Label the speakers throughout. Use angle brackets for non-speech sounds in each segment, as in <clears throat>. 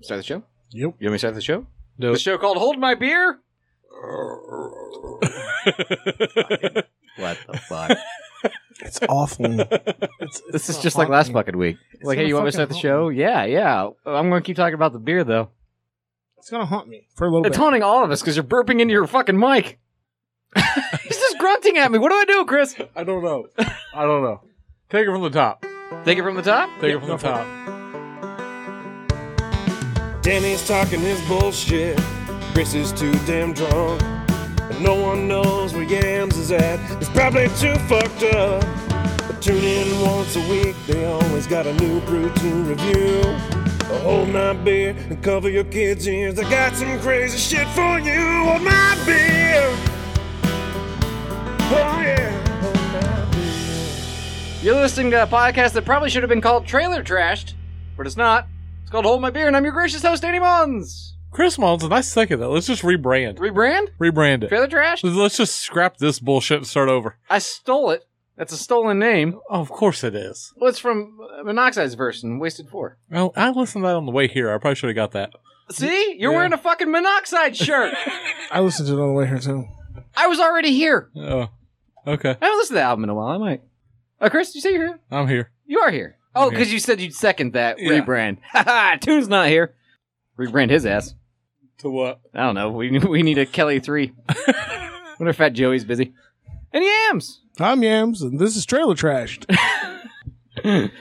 Speaker 1: Start the show? <laughs>
Speaker 2: Yep.
Speaker 1: You want me to start the show?
Speaker 2: No.
Speaker 1: The show called Hold My Beer? What <laughs> the fuck?
Speaker 2: it's awful. It's,
Speaker 1: this is just like last
Speaker 2: month.
Speaker 1: fucking week.
Speaker 2: It's
Speaker 1: like, hey,
Speaker 2: gonna
Speaker 1: you want me to start
Speaker 2: fucking
Speaker 1: the
Speaker 2: haunt
Speaker 1: show? Yeah, yeah. I'm going to keep talking about the beer, though.
Speaker 2: It's gonna haunt me for a little
Speaker 1: It's
Speaker 2: bit.
Speaker 1: haunting all of us because you're burping into your fucking <laughs> mic. He's just grunting at me. What do I do, Chris?
Speaker 2: I don't know. I don't know. Take it from the top.
Speaker 1: Take it from the top?
Speaker 2: Take it from the top.
Speaker 3: Danny's talking his bullshit. Chris is too damn drunk. And no one knows where Yams is at. He's probably too fucked up. But tune in once a week. They always got a new brew to review. But hold my beer and cover your kids' ears. I got some crazy shit for you. Hold my beer. Oh yeah. Hold my beer.
Speaker 1: You're listening to a podcast that probably should have been called Trailer Trashed, but it's not. It's called Hold My Beer, and I'm your gracious host, Danny Mons.
Speaker 2: Chris Mullins, and I second that. Let's just rebrand.
Speaker 1: Rebrand?
Speaker 2: Rebrand it.
Speaker 1: Trailer Trashed?
Speaker 2: Let's- Let's just scrap this bullshit and start over.
Speaker 1: I stole it. That's a stolen name.
Speaker 2: Oh, of course it is.
Speaker 1: Well, it's from uh, Monoxide's version, Wasted 4.
Speaker 2: Well, I listened to that on the way here. I probably should have got that.
Speaker 1: See? You're
Speaker 2: Yeah.
Speaker 1: wearing a fucking Monoxide <laughs> shirt.
Speaker 4: I listened to it on the way here too.
Speaker 1: I was already here.
Speaker 2: Oh, okay.
Speaker 1: I haven't listened to the album in a while. I might. Uh, Chris, you say you're here?
Speaker 2: I'm here.
Speaker 1: You are here. Oh,
Speaker 2: here.
Speaker 1: because you said you'd second that
Speaker 2: Yeah.
Speaker 1: rebrand. <laughs> Ha ha! Tune's not here. Rebrand his ass.
Speaker 2: To what?
Speaker 1: I don't know. We <laughs> we need a Kelly <laughs> three. Wonder if Fat Joey's busy. And yams.
Speaker 4: I'm Yams, and this is Trailer Trashed.
Speaker 2: <laughs>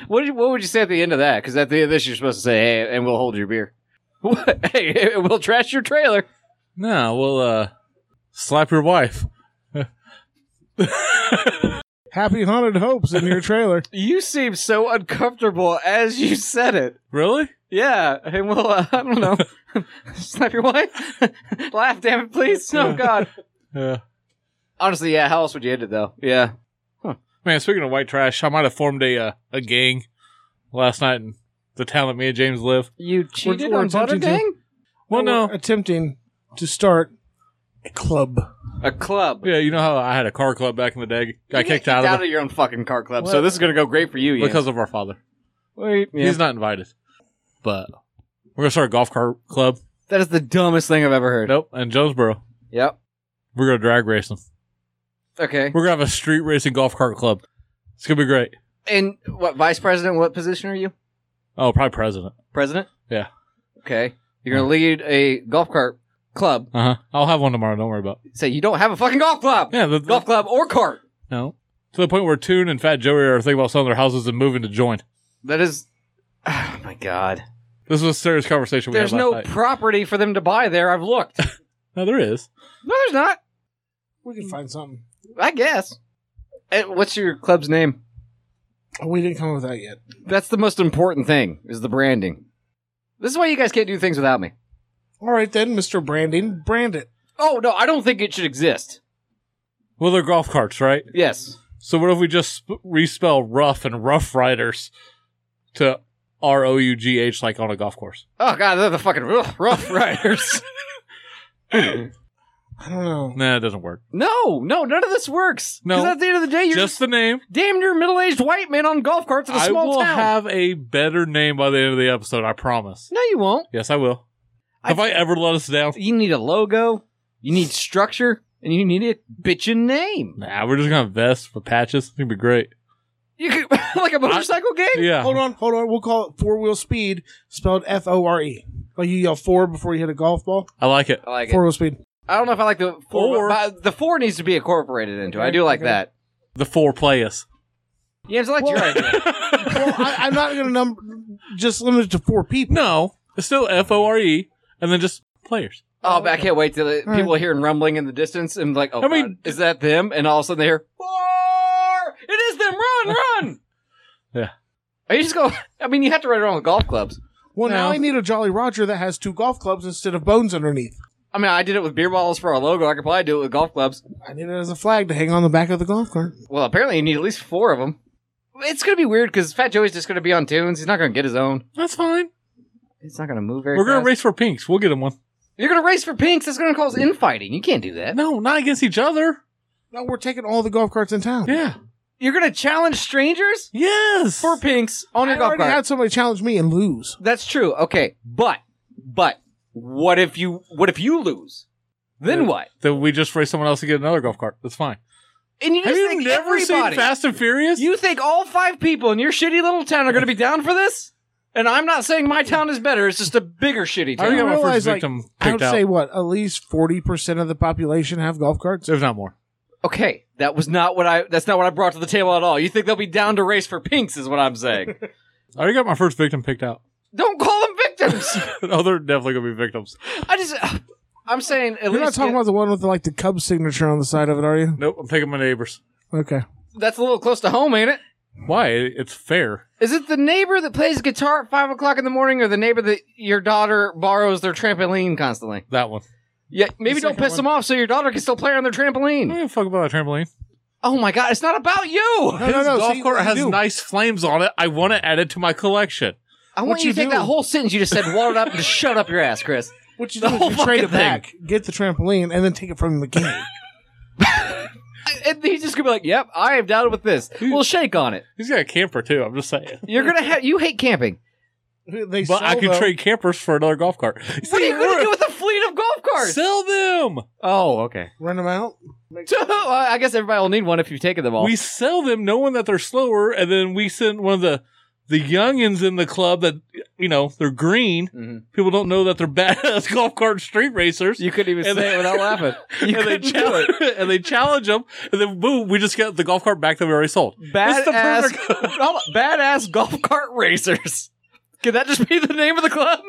Speaker 1: What did you, what would you say at the end of that? Because at the end of this, you're supposed to say, "Hey, and we'll hold your beer." <laughs> What? Hey, <laughs> we'll trash your trailer.
Speaker 2: No, well, uh, slap your wife.
Speaker 4: Happy Haunted Hopes in your trailer.
Speaker 1: You seem so uncomfortable as you said it.
Speaker 2: Really?
Speaker 1: Yeah, and well, uh, <laughs> I don't know. Slap your wife. <laughs> Laugh, damn it, please. Oh God.
Speaker 2: Yeah.
Speaker 1: Honestly, yeah. How else would you end it though? Yeah.
Speaker 2: Man, speaking of white trash, I might have formed a uh, a gang last night in the town that me and James live.
Speaker 1: You
Speaker 4: cheated on Butter Gang?
Speaker 2: Well, no,
Speaker 4: We're attempting to start a club.
Speaker 1: A club.
Speaker 2: yeah, you know how I had a car club back in the day. Got
Speaker 1: You get
Speaker 2: kicked out of it
Speaker 1: your own fucking car club, so this is gonna go great for you. Ian.
Speaker 2: because of our father.
Speaker 1: Wait, yeah.
Speaker 2: He's not invited, but we're gonna start a golf cart club.
Speaker 1: that is the dumbest thing I've ever heard.
Speaker 2: Nope, in Jonesboro,
Speaker 1: Yep.
Speaker 2: we're gonna drag race them.
Speaker 1: Okay.
Speaker 2: We're gonna have a street racing golf cart club. It's gonna be great.
Speaker 1: And what vice president? What position are you?
Speaker 2: Oh, probably president.
Speaker 1: President.
Speaker 2: Yeah.
Speaker 1: Okay. You're gonna lead a golf cart club.
Speaker 2: Uh huh. I'll have one tomorrow. Don't worry about. it.
Speaker 1: Say you don't have a fucking golf club.
Speaker 2: Yeah, the, the-
Speaker 1: Golf club or cart.
Speaker 2: no. To the point where Toon and Fat Joey are thinking about selling their houses and moving to join.
Speaker 1: That is. <sighs> Oh my god.
Speaker 2: This was a serious conversation we
Speaker 1: There's
Speaker 2: had last
Speaker 1: no
Speaker 2: night.
Speaker 1: property for them to buy there. I've looked. <laughs> no,
Speaker 2: no, there is.
Speaker 1: there's not.
Speaker 4: We can find something.
Speaker 1: I guess. Eh, What's your club's name?
Speaker 4: Oh, we didn't come up with that yet.
Speaker 1: That's the most important thing is the branding. This is why you guys can't do things without me.
Speaker 4: All right then, Mr. Branding, brand it.
Speaker 1: Oh no, I don't think it should exist.
Speaker 2: Well, they're golf carts, right?
Speaker 1: Yes.
Speaker 2: So what if we just sp- respell rough and rough riders to R O U G H like on a golf course?
Speaker 1: Oh god, they're the fucking rough, <laughs> rough riders.
Speaker 4: I don't know.
Speaker 2: Nah, it doesn't work.
Speaker 1: no, no, none of this works.
Speaker 2: No.
Speaker 1: 'Cause at the end of the day, you're
Speaker 2: just
Speaker 1: just
Speaker 2: the name.
Speaker 1: damn near middle-aged white man on golf carts in a
Speaker 2: I
Speaker 1: small
Speaker 2: will
Speaker 1: town.
Speaker 2: have a better name by the end of the episode. I promise.
Speaker 1: no, you won't.
Speaker 2: Yes, I will.
Speaker 1: I-
Speaker 2: Have I, ever let us down?
Speaker 1: You need a logo. You need structure, and you need a bitchin' name.
Speaker 2: Nah, we're just gonna vest with patches. It's gonna be great.
Speaker 1: You could, <laughs> like a motorcycle game.
Speaker 2: Yeah.
Speaker 4: Hold on, hold on. We'll call it four wheel speed, spelled F O R E. Like you yell four before you hit a golf ball.
Speaker 2: I like it.
Speaker 1: I like
Speaker 4: Four
Speaker 1: it.
Speaker 4: wheel speed.
Speaker 1: I don't know if I like the four.
Speaker 2: Or-
Speaker 1: but the four needs to be incorporated into. it. I
Speaker 4: Okay,
Speaker 1: do like
Speaker 4: okay.
Speaker 1: that.
Speaker 2: The four players.
Speaker 1: Yeah, it's like your
Speaker 4: Well-
Speaker 2: <laughs>
Speaker 1: idea.
Speaker 4: well, I, I'm not gonna number just limit it to four people.
Speaker 2: No, it's still F O R E, and then just players.
Speaker 1: Oh, but I can't wait till the,
Speaker 4: All
Speaker 1: people are hearing rumbling in the distance and like, oh,
Speaker 2: I mean-
Speaker 1: God, is that them? And all of a sudden they hear, "Roar!" It is them!
Speaker 2: <laughs>
Speaker 1: Run, run!
Speaker 2: Yeah.
Speaker 1: Are you just going? I mean, you have to run around with golf clubs.
Speaker 4: Well, now
Speaker 2: No.
Speaker 4: I need a Jolly Roger that has two golf clubs instead of bones underneath.
Speaker 1: I mean, I did it with beer bottles for our logo. I could probably do it with golf clubs.
Speaker 4: I need it as a flag to hang on the back of the golf cart.
Speaker 1: Well, apparently you need at least four of them. It's gonna be weird because Fat Joey's just gonna be on tunes. He's not gonna get his own.
Speaker 2: That's fine.
Speaker 1: He's not gonna move very.
Speaker 2: We're gonna
Speaker 1: fast.
Speaker 2: race for pinks. We'll get him one.
Speaker 1: You're gonna race for pinks. That's gonna cause infighting. You can't do that.
Speaker 2: No, not against each other.
Speaker 4: No, we're taking all the golf carts in town.
Speaker 2: Yeah.
Speaker 1: You're gonna challenge strangers
Speaker 2: Yes.
Speaker 1: for pinks on
Speaker 4: I
Speaker 1: your golf
Speaker 4: already
Speaker 1: cart.
Speaker 4: had somebody challenge me and lose.
Speaker 1: That's true. Okay, but But what if you what if you lose? Then
Speaker 2: Yeah.
Speaker 1: what?
Speaker 2: Then we just race someone else to get another golf cart. That's fine.
Speaker 1: And you just
Speaker 2: Have you
Speaker 1: think
Speaker 2: never
Speaker 1: everybody,
Speaker 2: seen Fast and Furious?
Speaker 1: You think all five people in your shitty little town are going to be down for this? And I'm not saying my town is better. It's just a bigger shitty
Speaker 2: I already
Speaker 1: town.
Speaker 2: got my
Speaker 4: realize,
Speaker 2: first
Speaker 4: like,
Speaker 2: victim
Speaker 4: I would
Speaker 2: picked out.
Speaker 4: say what at least forty percent of the population have golf carts.
Speaker 2: if not more.
Speaker 1: Okay, that was not what I. That's not what I brought to the table at all. You think they'll be down to race for pinks? Is what I'm
Speaker 2: <laughs>
Speaker 1: saying.
Speaker 2: I already got my first victim picked out. <laughs>
Speaker 1: Don't call them victims.
Speaker 2: oh, they're definitely gonna be victims.
Speaker 1: I just. I'm saying at
Speaker 4: You're not
Speaker 1: least
Speaker 4: talking
Speaker 1: it-
Speaker 4: about the one with like the Cubs signature on the side of it, are you?
Speaker 2: Nope, I'm picking my neighbors.
Speaker 4: Okay.
Speaker 1: that's a little close to home, ain't it?
Speaker 2: Why? It- It's fair.
Speaker 1: Is it the neighbor that plays guitar at five o'clock in the morning, or the neighbor that your daughter borrows their trampoline constantly?
Speaker 2: That one.
Speaker 1: Yeah, maybe
Speaker 4: The
Speaker 1: don't
Speaker 4: second
Speaker 1: piss
Speaker 4: one.
Speaker 1: them off so your daughter can still play on their
Speaker 2: I
Speaker 1: trampoline.
Speaker 2: don't give a fuck about that trampoline.
Speaker 1: Oh my god, it's not about you.
Speaker 4: No, no,
Speaker 2: His
Speaker 4: no.
Speaker 2: golf
Speaker 4: see,
Speaker 2: cart
Speaker 4: you
Speaker 2: has
Speaker 4: do.
Speaker 2: nice flames on it. I want to add it to my collection.
Speaker 1: I want
Speaker 4: What
Speaker 1: you,
Speaker 4: you
Speaker 1: to take
Speaker 4: do-
Speaker 1: that whole sentence you just said, wall it up, and just shut up your ass, Chris.
Speaker 4: What you
Speaker 1: The
Speaker 4: do
Speaker 1: whole
Speaker 4: is you trade
Speaker 1: fucking
Speaker 4: it back, get the trampoline, and then take it from the game.
Speaker 1: And he's just gonna be like, "Yep, I am down with this. We'll shake on it."
Speaker 2: He's got a camper too. I'm just saying.
Speaker 1: You're gonna have you hate camping.
Speaker 4: they
Speaker 2: But I
Speaker 4: sell
Speaker 2: can
Speaker 4: them.
Speaker 2: trade campers for another golf cart.
Speaker 1: What are you gonna do with a fleet of golf carts?
Speaker 2: Sell them.
Speaker 1: <laughs> oh, okay.
Speaker 4: run them out.
Speaker 1: <laughs> Well, I guess everybody will need one if you've taken them all.
Speaker 2: We sell them knowing that they're slower, and then we send one of the the youngins in the club that you know they're green.
Speaker 1: Mhm.
Speaker 2: People don't know that they're badass <laughs> golf cart street racers.
Speaker 1: You couldn't even
Speaker 2: And
Speaker 1: say
Speaker 2: they-
Speaker 1: it without <laughs> laughing. You
Speaker 2: and they
Speaker 1: couldn't do
Speaker 2: challenge,
Speaker 1: it.
Speaker 2: <laughs> and they challenge them, and then boom, we just got the golf cart back that we already sold. <laughs> It's the
Speaker 1: Badass, <laughs>
Speaker 2: perfect-
Speaker 1: badass golf cart racers. Could that just be the name of the club?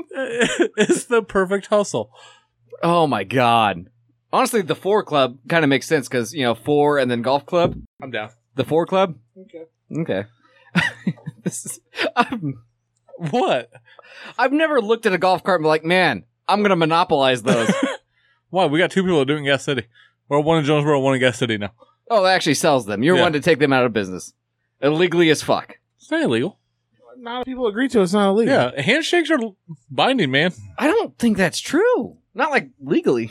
Speaker 2: it's the perfect hustle.
Speaker 1: Oh my god. Honestly, the four club kind of makes sense because you know four and then golf club.
Speaker 2: I'm down.
Speaker 1: The four club.
Speaker 4: Okay.
Speaker 1: Okay. <laughs> this is, I've,
Speaker 2: What?
Speaker 1: I've never looked at a golf cart and be like, man, I'm going to monopolize <laughs> those.
Speaker 2: Why? We got two people doing Gas City. We're one in Jonesboro, one in Gas City now.
Speaker 1: oh, that actually sells them. You're
Speaker 2: Yeah.
Speaker 1: one to take them out of business. Illegally as fuck.
Speaker 2: It's not illegal.
Speaker 4: Not people agree to. it, It's not illegal.
Speaker 2: Yeah, handshakes are binding, man.
Speaker 1: I don't think that's true. Not like <laughs> legally.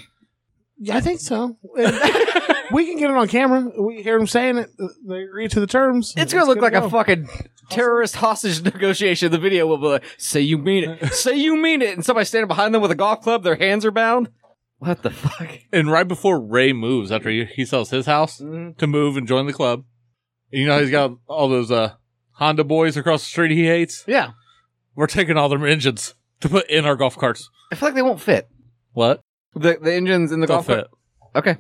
Speaker 4: Yeah, I think so. we can get it on camera. We hear them saying it. They agree to the terms.
Speaker 1: It's going to look like
Speaker 4: go.
Speaker 1: a fucking terrorist hostage <laughs> negotiation. The video will be like, say you mean
Speaker 2: <laughs>
Speaker 1: it. say you mean it. And somebody standing behind them with a golf club, their hands are bound. What the fuck?
Speaker 2: And right before Ray moves, after he, he sells his house
Speaker 1: Mhm.
Speaker 2: to move and join the club, you know he's got all those uh, Honda boys across the street he hates.
Speaker 1: Yeah.
Speaker 2: We're taking all their engines to put in our golf carts.
Speaker 1: I feel like they won't fit.
Speaker 2: What?
Speaker 1: The, the engines in the
Speaker 2: They'll
Speaker 1: golf
Speaker 2: fit.
Speaker 1: cart. Okay.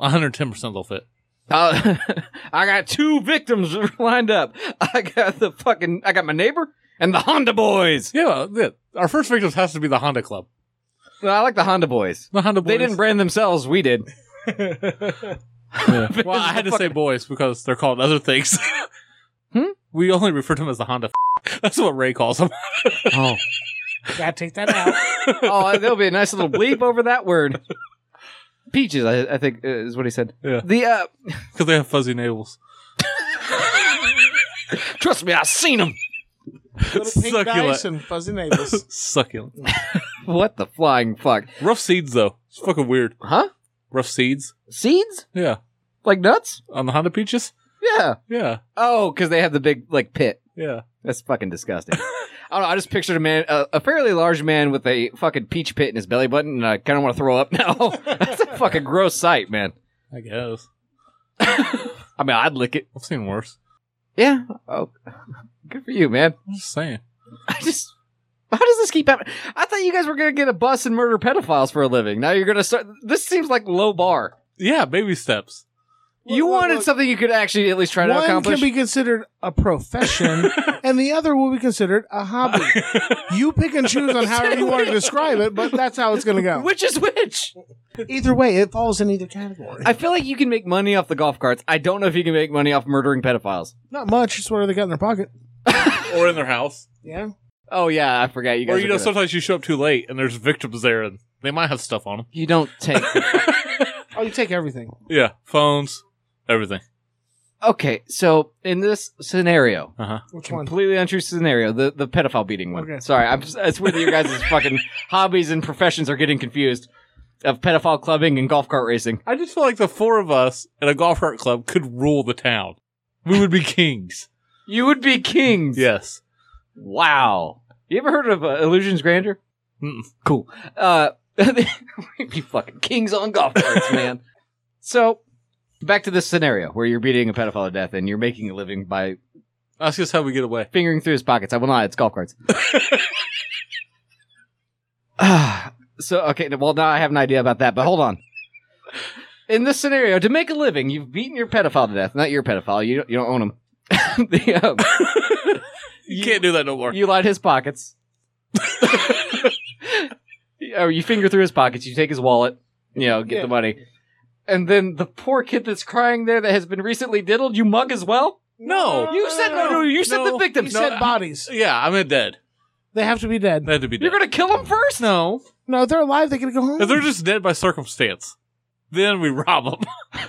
Speaker 2: 110% they'll fit.
Speaker 1: Uh, <laughs> I got two victims <laughs> lined up. I got the fucking, I got my neighbor and the Honda boys.
Speaker 2: Yeah, yeah. our first victims has to be the Honda Club.
Speaker 1: No, I like the Honda boys.
Speaker 2: The Honda boys.
Speaker 1: They didn't brand themselves. We
Speaker 2: <laughs>
Speaker 1: did.
Speaker 2: Yeah. <laughs> Well, I had
Speaker 1: <laughs>
Speaker 2: to say boys because they're called other things. <laughs>
Speaker 1: Hmm?
Speaker 2: We only refer to them as the Honda. <laughs> F- That's what Ray calls them. <laughs>
Speaker 1: Oh,
Speaker 4: Gotta take that out.
Speaker 1: oh, there'll be a nice little bleep over that word.
Speaker 2: <laughs>
Speaker 1: Peaches, I, I think uh, is what he said.
Speaker 2: Yeah.
Speaker 1: The uh,
Speaker 2: Because they have fuzzy navels.
Speaker 1: trust me, I seen them.
Speaker 4: Little pink
Speaker 2: Succulent.
Speaker 4: dice and fuzzy
Speaker 2: <laughs>
Speaker 4: neighbors.
Speaker 2: Succulent.
Speaker 1: What the flying fuck?
Speaker 2: Rough seeds, though. It's fucking weird.
Speaker 1: Huh?
Speaker 2: Rough seeds?
Speaker 1: Seeds
Speaker 2: Yeah.
Speaker 1: like nuts?
Speaker 2: On the Honda Peaches?
Speaker 1: Yeah.
Speaker 2: Yeah.
Speaker 1: Oh, because they have the big like pit.
Speaker 2: Yeah.
Speaker 1: That's fucking <laughs> disgusting. I don't know. I just pictured a man, a, a fairly large man with a fucking peach pit in his belly button, and I kind of want to throw up now. <laughs> That's a fucking gross sight, man.
Speaker 2: I guess.
Speaker 1: I mean, I'd lick it.
Speaker 2: I've seen worse.
Speaker 1: Yeah. Oh, good for you, man.
Speaker 2: I'm just saying.
Speaker 1: I just. How does this keep happening? I thought you guys were gonna get a bus and murder pedophiles for a living. Now you're gonna start. This seems like low bar.
Speaker 2: Yeah, baby <laughs> steps.
Speaker 4: Look,
Speaker 1: you
Speaker 4: look,
Speaker 1: wanted
Speaker 4: look.
Speaker 1: something you could actually at least try to
Speaker 4: One
Speaker 1: accomplish.
Speaker 4: can be considered a profession, and the other will be considered a hobby. You pick and choose on how you
Speaker 2: <laughs>
Speaker 4: want to describe it, but that's how it's going to go.
Speaker 1: which is which?
Speaker 4: Either way, it falls in either category.
Speaker 1: I feel like you can make money off the golf carts. I don't know if you can make money off murdering pedophiles.
Speaker 4: Not much. It's whatever they got in their pocket.
Speaker 2: or in their house.
Speaker 4: Yeah.
Speaker 1: Oh yeah, I forgot you guys.
Speaker 2: or,
Speaker 1: are
Speaker 2: you know,
Speaker 1: gonna-
Speaker 2: sometimes you show up too late and there's victims there and they might have stuff on them.
Speaker 1: You don't take. <laughs>
Speaker 4: Oh, you take everything.
Speaker 2: Yeah. Phones, everything.
Speaker 1: okay, so in this scenario,
Speaker 2: Uh huh.
Speaker 4: Which one?
Speaker 1: completely untrue scenario, the, the pedophile beating one.
Speaker 4: Okay.
Speaker 1: Sorry, I'm, it's where your guys' fucking hobbies and professions are getting confused of pedophile clubbing and golf cart racing.
Speaker 2: I just feel like the four of us in a golf cart club could rule the town. We would
Speaker 1: <laughs>
Speaker 2: be kings.
Speaker 1: You would be kings.
Speaker 2: Yes.
Speaker 1: Wow. You ever heard of uh, Illusions Grandeur?
Speaker 2: Mm.
Speaker 1: Cool. Uh, <laughs> we'd be fucking kings on golf carts, man. so, back to this scenario where you're beating a pedophile to death and you're making a living by
Speaker 2: Ask us how we
Speaker 1: <laughs>
Speaker 2: get away.
Speaker 1: fingering through his pockets. I will not. It's golf carts. <sighs> Ah, so okay. Well, now I have an idea about that, but hold on. In this scenario, to make a living, you've beaten your pedophile to death. Not your pedophile. You don't, you don't own him. <laughs> The, um,
Speaker 2: You, can't do that no more.
Speaker 1: you line
Speaker 4: <laughs>
Speaker 1: his pockets. or you finger through his pockets. You take his wallet. You know, get
Speaker 4: Yeah.
Speaker 1: the money. And then the poor kid that's crying there that has been recently diddled, you mug as well.
Speaker 2: no.
Speaker 1: You said no, no. You said
Speaker 2: No.
Speaker 1: the victim.
Speaker 4: He
Speaker 2: No,
Speaker 4: said
Speaker 2: I-
Speaker 4: bodies.
Speaker 2: Yeah, I'm in dead.
Speaker 4: They have to be dead.
Speaker 2: They had to be dead.
Speaker 1: You're gonna kill him first. No.
Speaker 4: No, if they're alive, they can go home.
Speaker 2: If they're just dead by circumstance, then we rob <laughs> them.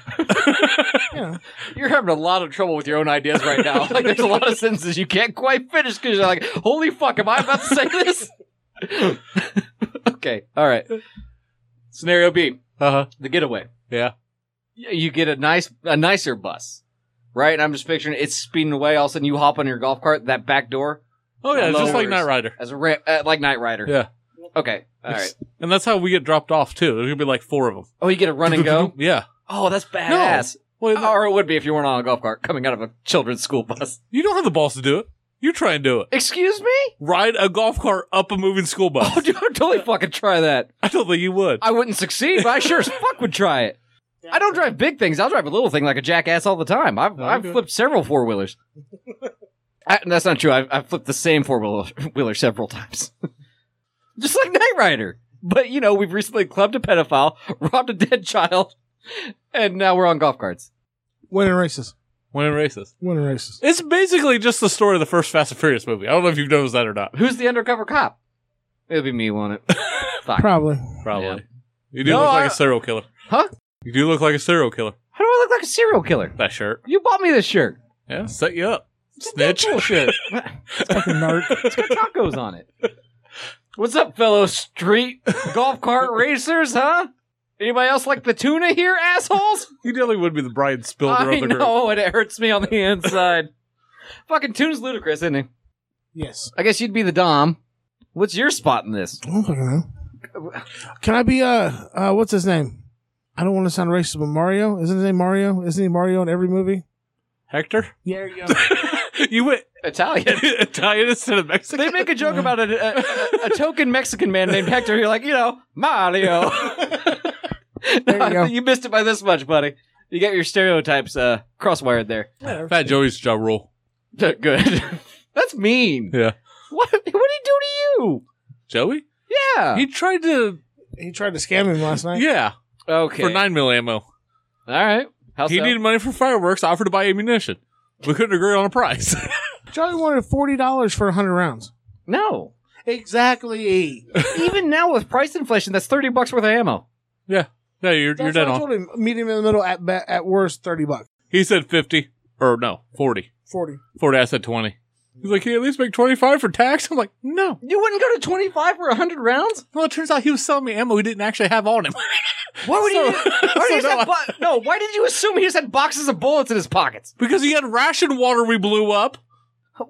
Speaker 4: yeah.
Speaker 1: You're having a lot of trouble with your own ideas
Speaker 4: <laughs>
Speaker 1: right now. Like, there's a lot of sentences you can't quite finish because you're like, holy fuck, am I about to say this? <laughs> okay, all right. Scenario B,
Speaker 2: Uh huh.
Speaker 1: the getaway.
Speaker 2: Yeah.
Speaker 1: Y- You get a nice, a nicer bus, right? And I'm just picturing it's speeding away. All of a sudden, you hop on your golf cart, that back door,
Speaker 2: Oh yeah, it's just like
Speaker 1: Lowers.
Speaker 2: Night Rider.
Speaker 1: as a ra- uh, like Knight Rider.
Speaker 2: Yeah.
Speaker 1: Okay, all right.
Speaker 2: And that's how we get dropped off too. There's gonna be like four of them.
Speaker 1: Oh, you get a run and
Speaker 2: <laughs>
Speaker 1: go.
Speaker 2: Yeah.
Speaker 1: Oh, that's badass.
Speaker 2: Well,
Speaker 1: Or it would be if you weren't on a golf cart coming out of a children's school bus.
Speaker 2: you don't have the balls to do it. You try and do it.
Speaker 1: Excuse me? <laughs>
Speaker 2: Ride a golf cart up a moving school bus.
Speaker 1: Oh, dude, I'd
Speaker 2: Uh,
Speaker 1: totally fucking try that.
Speaker 2: <laughs> I don't think you would.
Speaker 1: I wouldn't succeed, but I sure as fuck would try it. I don't drive big things. I'll drive a little thing like a jackass all the time. I've,
Speaker 2: No,
Speaker 1: I've
Speaker 2: you do.
Speaker 1: flipped several four wheelers. That's not true. I've, I've flipped the same four wheeler <laughs> several times. Just like Knight Rider. But, you know, we've recently clubbed a pedophile, <laughs> robbed a dead child, and now we're on golf carts.
Speaker 4: Winning races.
Speaker 2: Winning races.
Speaker 4: Winning races.
Speaker 2: It's basically just the story of the first Fast and Furious movie. I don't know if you've noticed that or not.
Speaker 1: Who's the undercover cop? It'll be me, won't it? Fuck.
Speaker 2: <laughs>
Speaker 4: Probably.
Speaker 2: Probably.
Speaker 1: Yeah.
Speaker 2: You do
Speaker 1: No,
Speaker 2: look
Speaker 1: I-
Speaker 2: like a serial killer.
Speaker 1: Huh?
Speaker 2: You do look like a serial killer.
Speaker 1: How do I look like a serial killer?
Speaker 2: That shirt.
Speaker 1: You bought me this shirt.
Speaker 2: Yeah. Set you up. Snitch.
Speaker 1: Bullshit.
Speaker 4: Fucking nerd.
Speaker 1: It's got tacos on it. <laughs> What's up, fellow street golf <laughs> cart racers, huh? Anybody else like the tuna here,
Speaker 2: <laughs>
Speaker 1: assholes?
Speaker 2: you definitely would be the Brian Spilder
Speaker 1: I
Speaker 2: of the group.
Speaker 1: know, and it hurts me on the inside. <laughs> Fucking tuna's ludicrous, isn't he?
Speaker 4: yes.
Speaker 1: I guess you'd be the Dom. What's your spot in this?
Speaker 4: I don't fucking know. Can I be uh uh what's his name? I don't want to sound racist, but Mario isn't his name Mario? Isn't he Mario in every movie?
Speaker 2: Hector.
Speaker 4: Yeah, there you go.
Speaker 2: <laughs> you went <laughs>
Speaker 1: Italian.
Speaker 2: Italian instead of
Speaker 1: They
Speaker 2: Mexican.
Speaker 1: make a joke about a, a, <laughs> a- a token Mexican man named Hector. You're like, you know, <laughs> Mario.
Speaker 4: There you go.
Speaker 1: you missed it by this much, buddy. You got your stereotypes uh, crosswired there.
Speaker 2: Fat Joey's jaw rule.
Speaker 1: <laughs> Good. That's mean.
Speaker 2: Yeah.
Speaker 1: What what did he do
Speaker 2: Joey?
Speaker 1: to you? Yeah.
Speaker 2: He tried to.
Speaker 4: <laughs> He tried to scam him last night.
Speaker 2: Yeah.
Speaker 1: okay.
Speaker 2: For 9 mil ammo.
Speaker 1: All right. How
Speaker 2: He
Speaker 1: so?
Speaker 2: needed money for fireworks, offered to buy ammunition. We couldn't agree on a price. <laughs>
Speaker 4: Charlie wanted forty dollars for hundred rounds.
Speaker 1: no.
Speaker 4: Exactly.
Speaker 1: Even now with price inflation, that's thirty bucks worth of ammo.
Speaker 2: yeah, you're, you're
Speaker 4: That's
Speaker 2: dead
Speaker 4: what I
Speaker 2: on.
Speaker 4: told him. Meet him in the middle at ba- at worst thirty bucks.
Speaker 2: He said 50. Or no, 40.
Speaker 4: Forty.
Speaker 2: 40, I said 20. He's like, can you at least make 25 for tax? I'm like, no.
Speaker 1: You wouldn't go to twenty five for hundred rounds?
Speaker 2: Well, it turns out he was selling me ammo he didn't actually have on him. <laughs>
Speaker 1: Why would
Speaker 2: So- <laughs>
Speaker 1: he? Why
Speaker 2: so
Speaker 1: did he
Speaker 2: no,
Speaker 1: no, bo- no. Why did you assume he just had boxes of bullets in his pockets?
Speaker 2: because he had ration water we blew up.
Speaker 1: <laughs>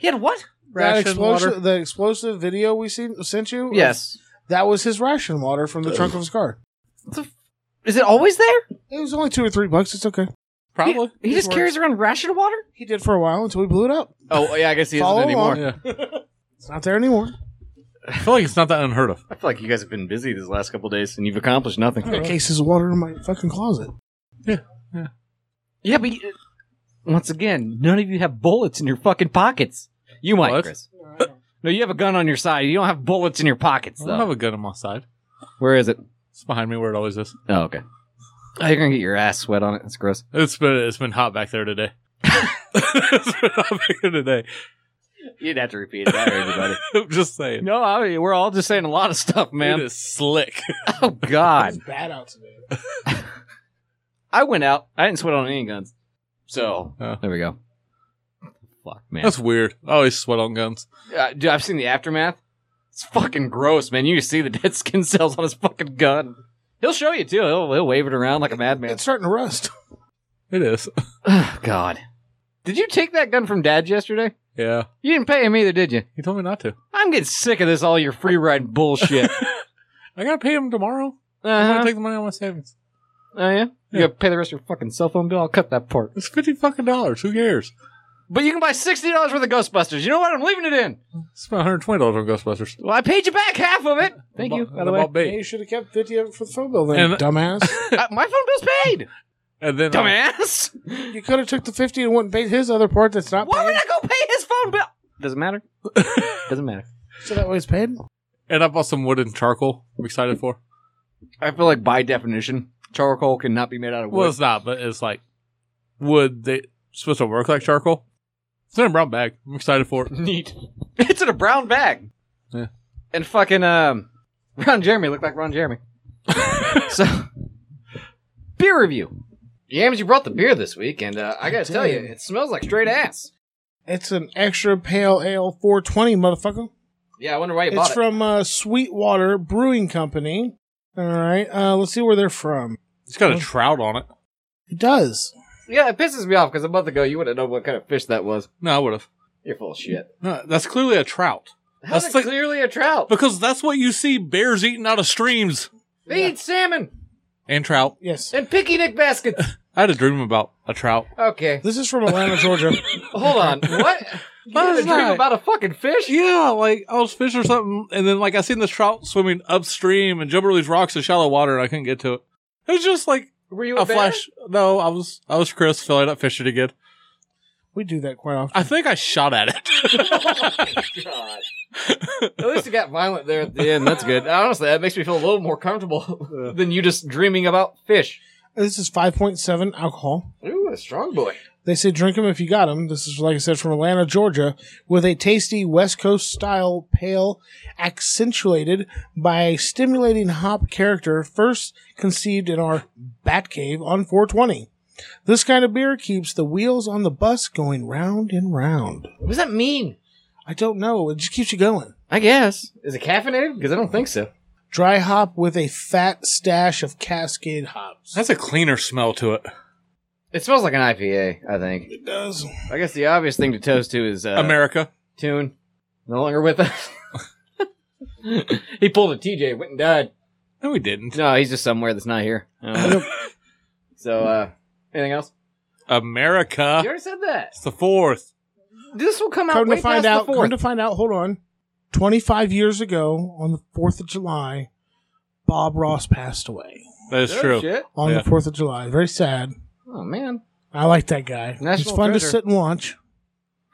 Speaker 1: He had what?
Speaker 4: That
Speaker 2: Ration water.
Speaker 4: explosive, the explosive video we seen, sent you. uh,
Speaker 1: Yes.
Speaker 4: that was his ration water from the trunk of his car.
Speaker 1: Is it always there?
Speaker 4: It was only two or three bucks. It's okay.
Speaker 2: Probably.
Speaker 1: He, he just carries around ration water.
Speaker 4: He did for a while until we blew it up.
Speaker 1: Oh yeah, I guess he
Speaker 4: isn't Follow anymore.
Speaker 2: Yeah.
Speaker 4: It's not there anymore.
Speaker 2: I feel like it's not that unheard of.
Speaker 1: I feel like you guys have been busy these last couple days, and you've accomplished nothing.
Speaker 4: I got cases of water in my fucking closet.
Speaker 1: Yeah, but you- once again, none of you have bullets in your fucking pockets. You might,
Speaker 2: What?
Speaker 1: Chris. No, you have a gun on your side. You don't have bullets in your pockets,
Speaker 2: I
Speaker 1: though.
Speaker 2: don't have a gun on my side.
Speaker 1: Where is it?
Speaker 2: It's behind me where it always is.
Speaker 1: Oh, okay. Oh, you're gonna get your ass sweat on it. That's gross.
Speaker 2: It's been it's been hot back there today. <laughs> it's been hot back there today.
Speaker 1: You'd have to repeat that, everybody.
Speaker 2: <laughs> I'm just saying.
Speaker 1: <laughs> no, I mean, we're all just saying a lot of stuff,
Speaker 2: It
Speaker 1: man.
Speaker 2: is slick.
Speaker 1: Oh God,
Speaker 4: It's bad out today.
Speaker 1: I went out. I didn't sweat on any guns. So
Speaker 2: Oh.
Speaker 1: there we go. Fuck, man.
Speaker 2: <laughs> That's weird. I always sweat on guns.
Speaker 1: Uh, dude, I've seen the aftermath. It's fucking gross, man. You just see the dead <laughs> skin cells on his fucking gun. He'll show you too. He'll, he'll wave it around like a madman.
Speaker 4: It's starting to rust.
Speaker 2: It is.
Speaker 1: Ugh, God. Did you take that gun from Dad yesterday?
Speaker 2: <laughs> Yeah.
Speaker 1: You didn't pay him either, did you?
Speaker 2: He told me not to. <laughs>
Speaker 1: I'm getting sick of this all your free ride bullshit.
Speaker 2: I gotta pay him tomorrow. I'm
Speaker 1: Uh-huh.
Speaker 2: gonna take the money out of my savings.
Speaker 1: Oh yeah. You gotta pay the rest of your fucking cell phone bill. I'll cut that part.
Speaker 2: It's fifty fucking dollars. Who cares?
Speaker 1: But you can buy sixty dollars worth of Ghostbusters. You know what? I'm leaving it in.
Speaker 2: Spent one hundred twenty dollars on Ghostbusters. <laughs>
Speaker 1: Well, I paid you back half of it. Thank you.
Speaker 2: I bought-
Speaker 1: By the
Speaker 2: I
Speaker 1: way,
Speaker 2: bought
Speaker 4: Yeah, you
Speaker 2: bait.
Speaker 4: should have kept 50 of it for the phone bill then,
Speaker 2: And-
Speaker 4: dumbass.
Speaker 2: <laughs>
Speaker 1: Uh, my phone bill's paid.
Speaker 2: And then uh, I-
Speaker 1: Dumbass.
Speaker 4: you could have took the 50 and went and paid his other part that's not
Speaker 1: Why
Speaker 4: paid.
Speaker 1: would I go pay his phone bill? Doesn't matter. Doesn't matter.
Speaker 4: So that way it's paid?
Speaker 2: and I bought some wood and charcoal. I'm excited for.
Speaker 1: I feel like by definition, charcoal cannot be made out of wood.
Speaker 2: Well, it's not, but it's like wood. They it's supposed to work like charcoal. It's in a brown bag. I'm excited for it.
Speaker 1: Neat. <laughs> It's in a brown bag.
Speaker 2: Yeah.
Speaker 1: And fucking um, <laughs> Ron Jeremy looked like Ron Jeremy. so, beer review. Yams, you brought the beer this week, and uh, I gotta tell you,
Speaker 4: did.
Speaker 1: it smells like straight ass.
Speaker 4: It's an extra pale ale 420, motherfucker.
Speaker 1: Yeah, I wonder why you
Speaker 4: It's
Speaker 1: bought it.
Speaker 4: from uh, Sweetwater Brewing Company. All right. Uh, let's see where they're from.
Speaker 2: It's got a trout on it.
Speaker 4: It does.
Speaker 1: Yeah, it pisses me off because a month ago you wouldn't know what kind of fish that was.
Speaker 2: No, I would have.
Speaker 1: You're full of shit.
Speaker 2: No, that's clearly a trout
Speaker 1: That's
Speaker 2: That's like-
Speaker 1: clearly a trout.
Speaker 2: because that's what you see bears eating out of streams
Speaker 1: They eat salmon
Speaker 2: and trout.
Speaker 4: Yes.
Speaker 1: and picnic baskets.
Speaker 2: I had a dream about a trout.
Speaker 1: Okay,
Speaker 4: This is from Atlanta, Georgia.
Speaker 1: hold on. What? You
Speaker 2: No,
Speaker 1: had a
Speaker 2: it's
Speaker 1: dream
Speaker 2: not.
Speaker 1: about a fucking fish?
Speaker 2: Yeah, like I was fishing or something, and then like I seen this trout swimming upstream and jumping over these rocks in shallow water, and I couldn't get to it. It was just like
Speaker 1: Were you a,
Speaker 2: a
Speaker 1: bear?
Speaker 2: flash. No, I was I was Chris filling up fishing again.
Speaker 4: we do that quite often.
Speaker 2: I think I shot at it. <laughs>
Speaker 1: God. At least it got violent there at the end. That's good. Honestly, that makes me feel a little more comfortable <laughs> than you just dreaming about fish.
Speaker 4: This is 5.7 alcohol.
Speaker 1: Ooh, a strong boy.
Speaker 4: They say drink them if you got them. This is, like I said, from Atlanta, Georgia, with a tasty West Coast style pale, accentuated by a stimulating hop character, first conceived in our Bat Cave on 420. This kind of beer keeps the wheels on the bus going round and round.
Speaker 1: What does that mean?
Speaker 4: I don't know. It just keeps you going.
Speaker 1: I guess. Is it caffeinated? Because I don't think so.
Speaker 4: Dry hop with a fat stash of Cascade hops.
Speaker 2: That's a cleaner smell to it.
Speaker 1: It smells like an IPA, I think.
Speaker 4: It does.
Speaker 1: I guess the obvious thing to toast to is uh,
Speaker 2: America.
Speaker 1: Tune. No longer with us. <laughs> he pulled a TJ, went and died.
Speaker 2: No, we didn't.
Speaker 1: No, he's just somewhere that's not here. Uh, <laughs> so, uh, anything else?
Speaker 2: America.
Speaker 1: You already said that.
Speaker 2: It's the fourth.
Speaker 1: This will come out
Speaker 4: Come
Speaker 1: way
Speaker 4: to find
Speaker 1: past
Speaker 4: out,
Speaker 1: the fourth.
Speaker 4: come to find out, hold on. 25 years ago, on the 4th of July, Bob Ross passed away.
Speaker 2: That is
Speaker 1: Oh,
Speaker 2: true.
Speaker 1: shit.
Speaker 4: On
Speaker 2: Yeah.
Speaker 4: the 4th of July. Very sad.
Speaker 1: Oh, man.
Speaker 4: I like that guy. it's
Speaker 1: National
Speaker 4: fun
Speaker 1: treasure.
Speaker 4: to sit and watch.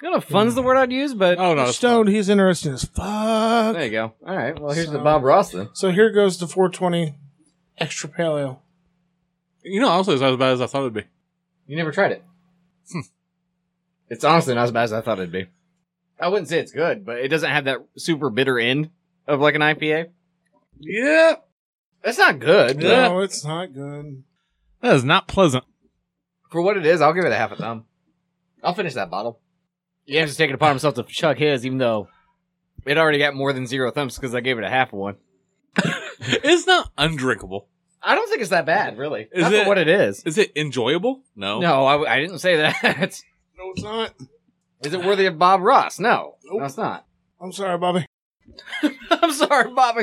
Speaker 1: I don't know if fun's the word I'd use, but
Speaker 2: Oh no, it's
Speaker 4: Stoned, he's interesting as fuck.
Speaker 1: there you go. All right. Well, here's the
Speaker 4: Oh, So-
Speaker 1: Bob Ross then.
Speaker 4: So here goes the 420 extra pale ale.
Speaker 2: You know, honestly, it's not as bad as I thought it'd be.
Speaker 1: You never tried it. it's honestly not as bad as I thought it'd be. I wouldn't say it's good, but it doesn't have that super bitter end of like an IPA.
Speaker 2: Yeah,
Speaker 1: It's not good. but
Speaker 4: No, it's not good.
Speaker 2: that is not pleasant.
Speaker 1: For what it is, I'll give it a half a thumb. I'll finish that bottle. Yams is taking it upon himself to chug his, even though it already got more than zero thumbs because I gave it a half of one.
Speaker 2: <laughs> It's not undrinkable.
Speaker 1: I don't think it's that bad, really.
Speaker 2: Is
Speaker 1: not for
Speaker 2: it-
Speaker 1: what it is.
Speaker 2: Is it enjoyable? No.
Speaker 1: No, I, I didn't say that. <laughs>
Speaker 4: No, it's not.
Speaker 1: Is it worthy of Bob Ross? No,
Speaker 4: Nope.
Speaker 1: no, it's not.
Speaker 4: I'm sorry, Bobby.
Speaker 1: <laughs> I'm sorry, Bobby.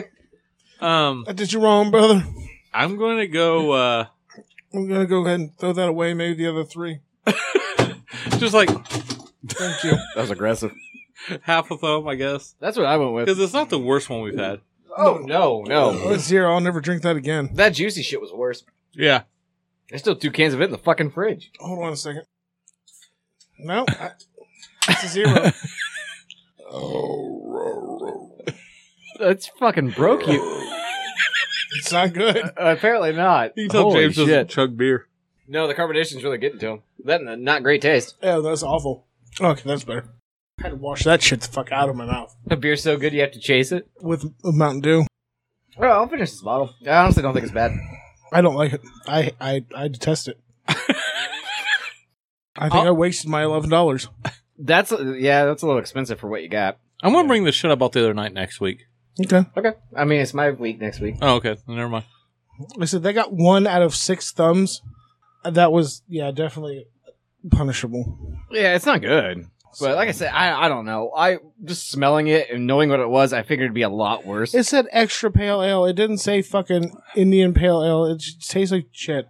Speaker 2: Um,
Speaker 4: I did you wrong, brother.
Speaker 2: I'm going to go uh <laughs>
Speaker 4: I'm going to go ahead and throw that away, maybe the other three.
Speaker 2: just like
Speaker 4: Thank you.
Speaker 1: That was aggressive.
Speaker 2: <laughs> half a thumb, I guess,
Speaker 1: That's what I went with.
Speaker 2: because it's not the worst one we've had.
Speaker 1: <laughs> Oh no,
Speaker 4: oh,
Speaker 1: no.
Speaker 4: it's zero. I'll never drink that again.
Speaker 1: <laughs> That juicy shit was worse.
Speaker 2: Yeah.
Speaker 1: There's still two cans of it in the fucking fridge.
Speaker 4: Hold on a second. No, I, it's a zero. Oh,
Speaker 1: That's fucking broke <laughs> you.
Speaker 4: it's not good.
Speaker 1: Uh, apparently not.
Speaker 2: You can tell
Speaker 1: Holy
Speaker 2: James doesn't
Speaker 1: shit.
Speaker 2: chug beer.
Speaker 1: No, the carbonation's really getting to him. That and the not great taste.
Speaker 4: Oh, that's awful. Okay, that's better. I had to wash that shit the fuck out of my mouth
Speaker 1: The beer's so good you have to chase it.
Speaker 4: with Mountain Dew.
Speaker 1: Oh, I'll finish this bottle. I honestly don't think it's bad.
Speaker 4: I don't like it. I I, I detest it. I think i wasted my eleven dollars.
Speaker 1: That's yeah, that's a little expensive for what you got.
Speaker 2: I'm gonna bring this shit I bought the other night next week.
Speaker 4: Okay,
Speaker 1: Okay, I mean it's my week next week.
Speaker 2: Oh, okay. Never mind.
Speaker 4: I said they got one out of six thumbs. That was yeah, definitely punishable.
Speaker 1: Yeah, it's not good. But like I said, I, I don't know. I just smelling it and knowing what it was, I figured it'd be a lot worse.
Speaker 4: It said extra pale ale. It didn't say fucking Indian pale ale. It just tastes like shit.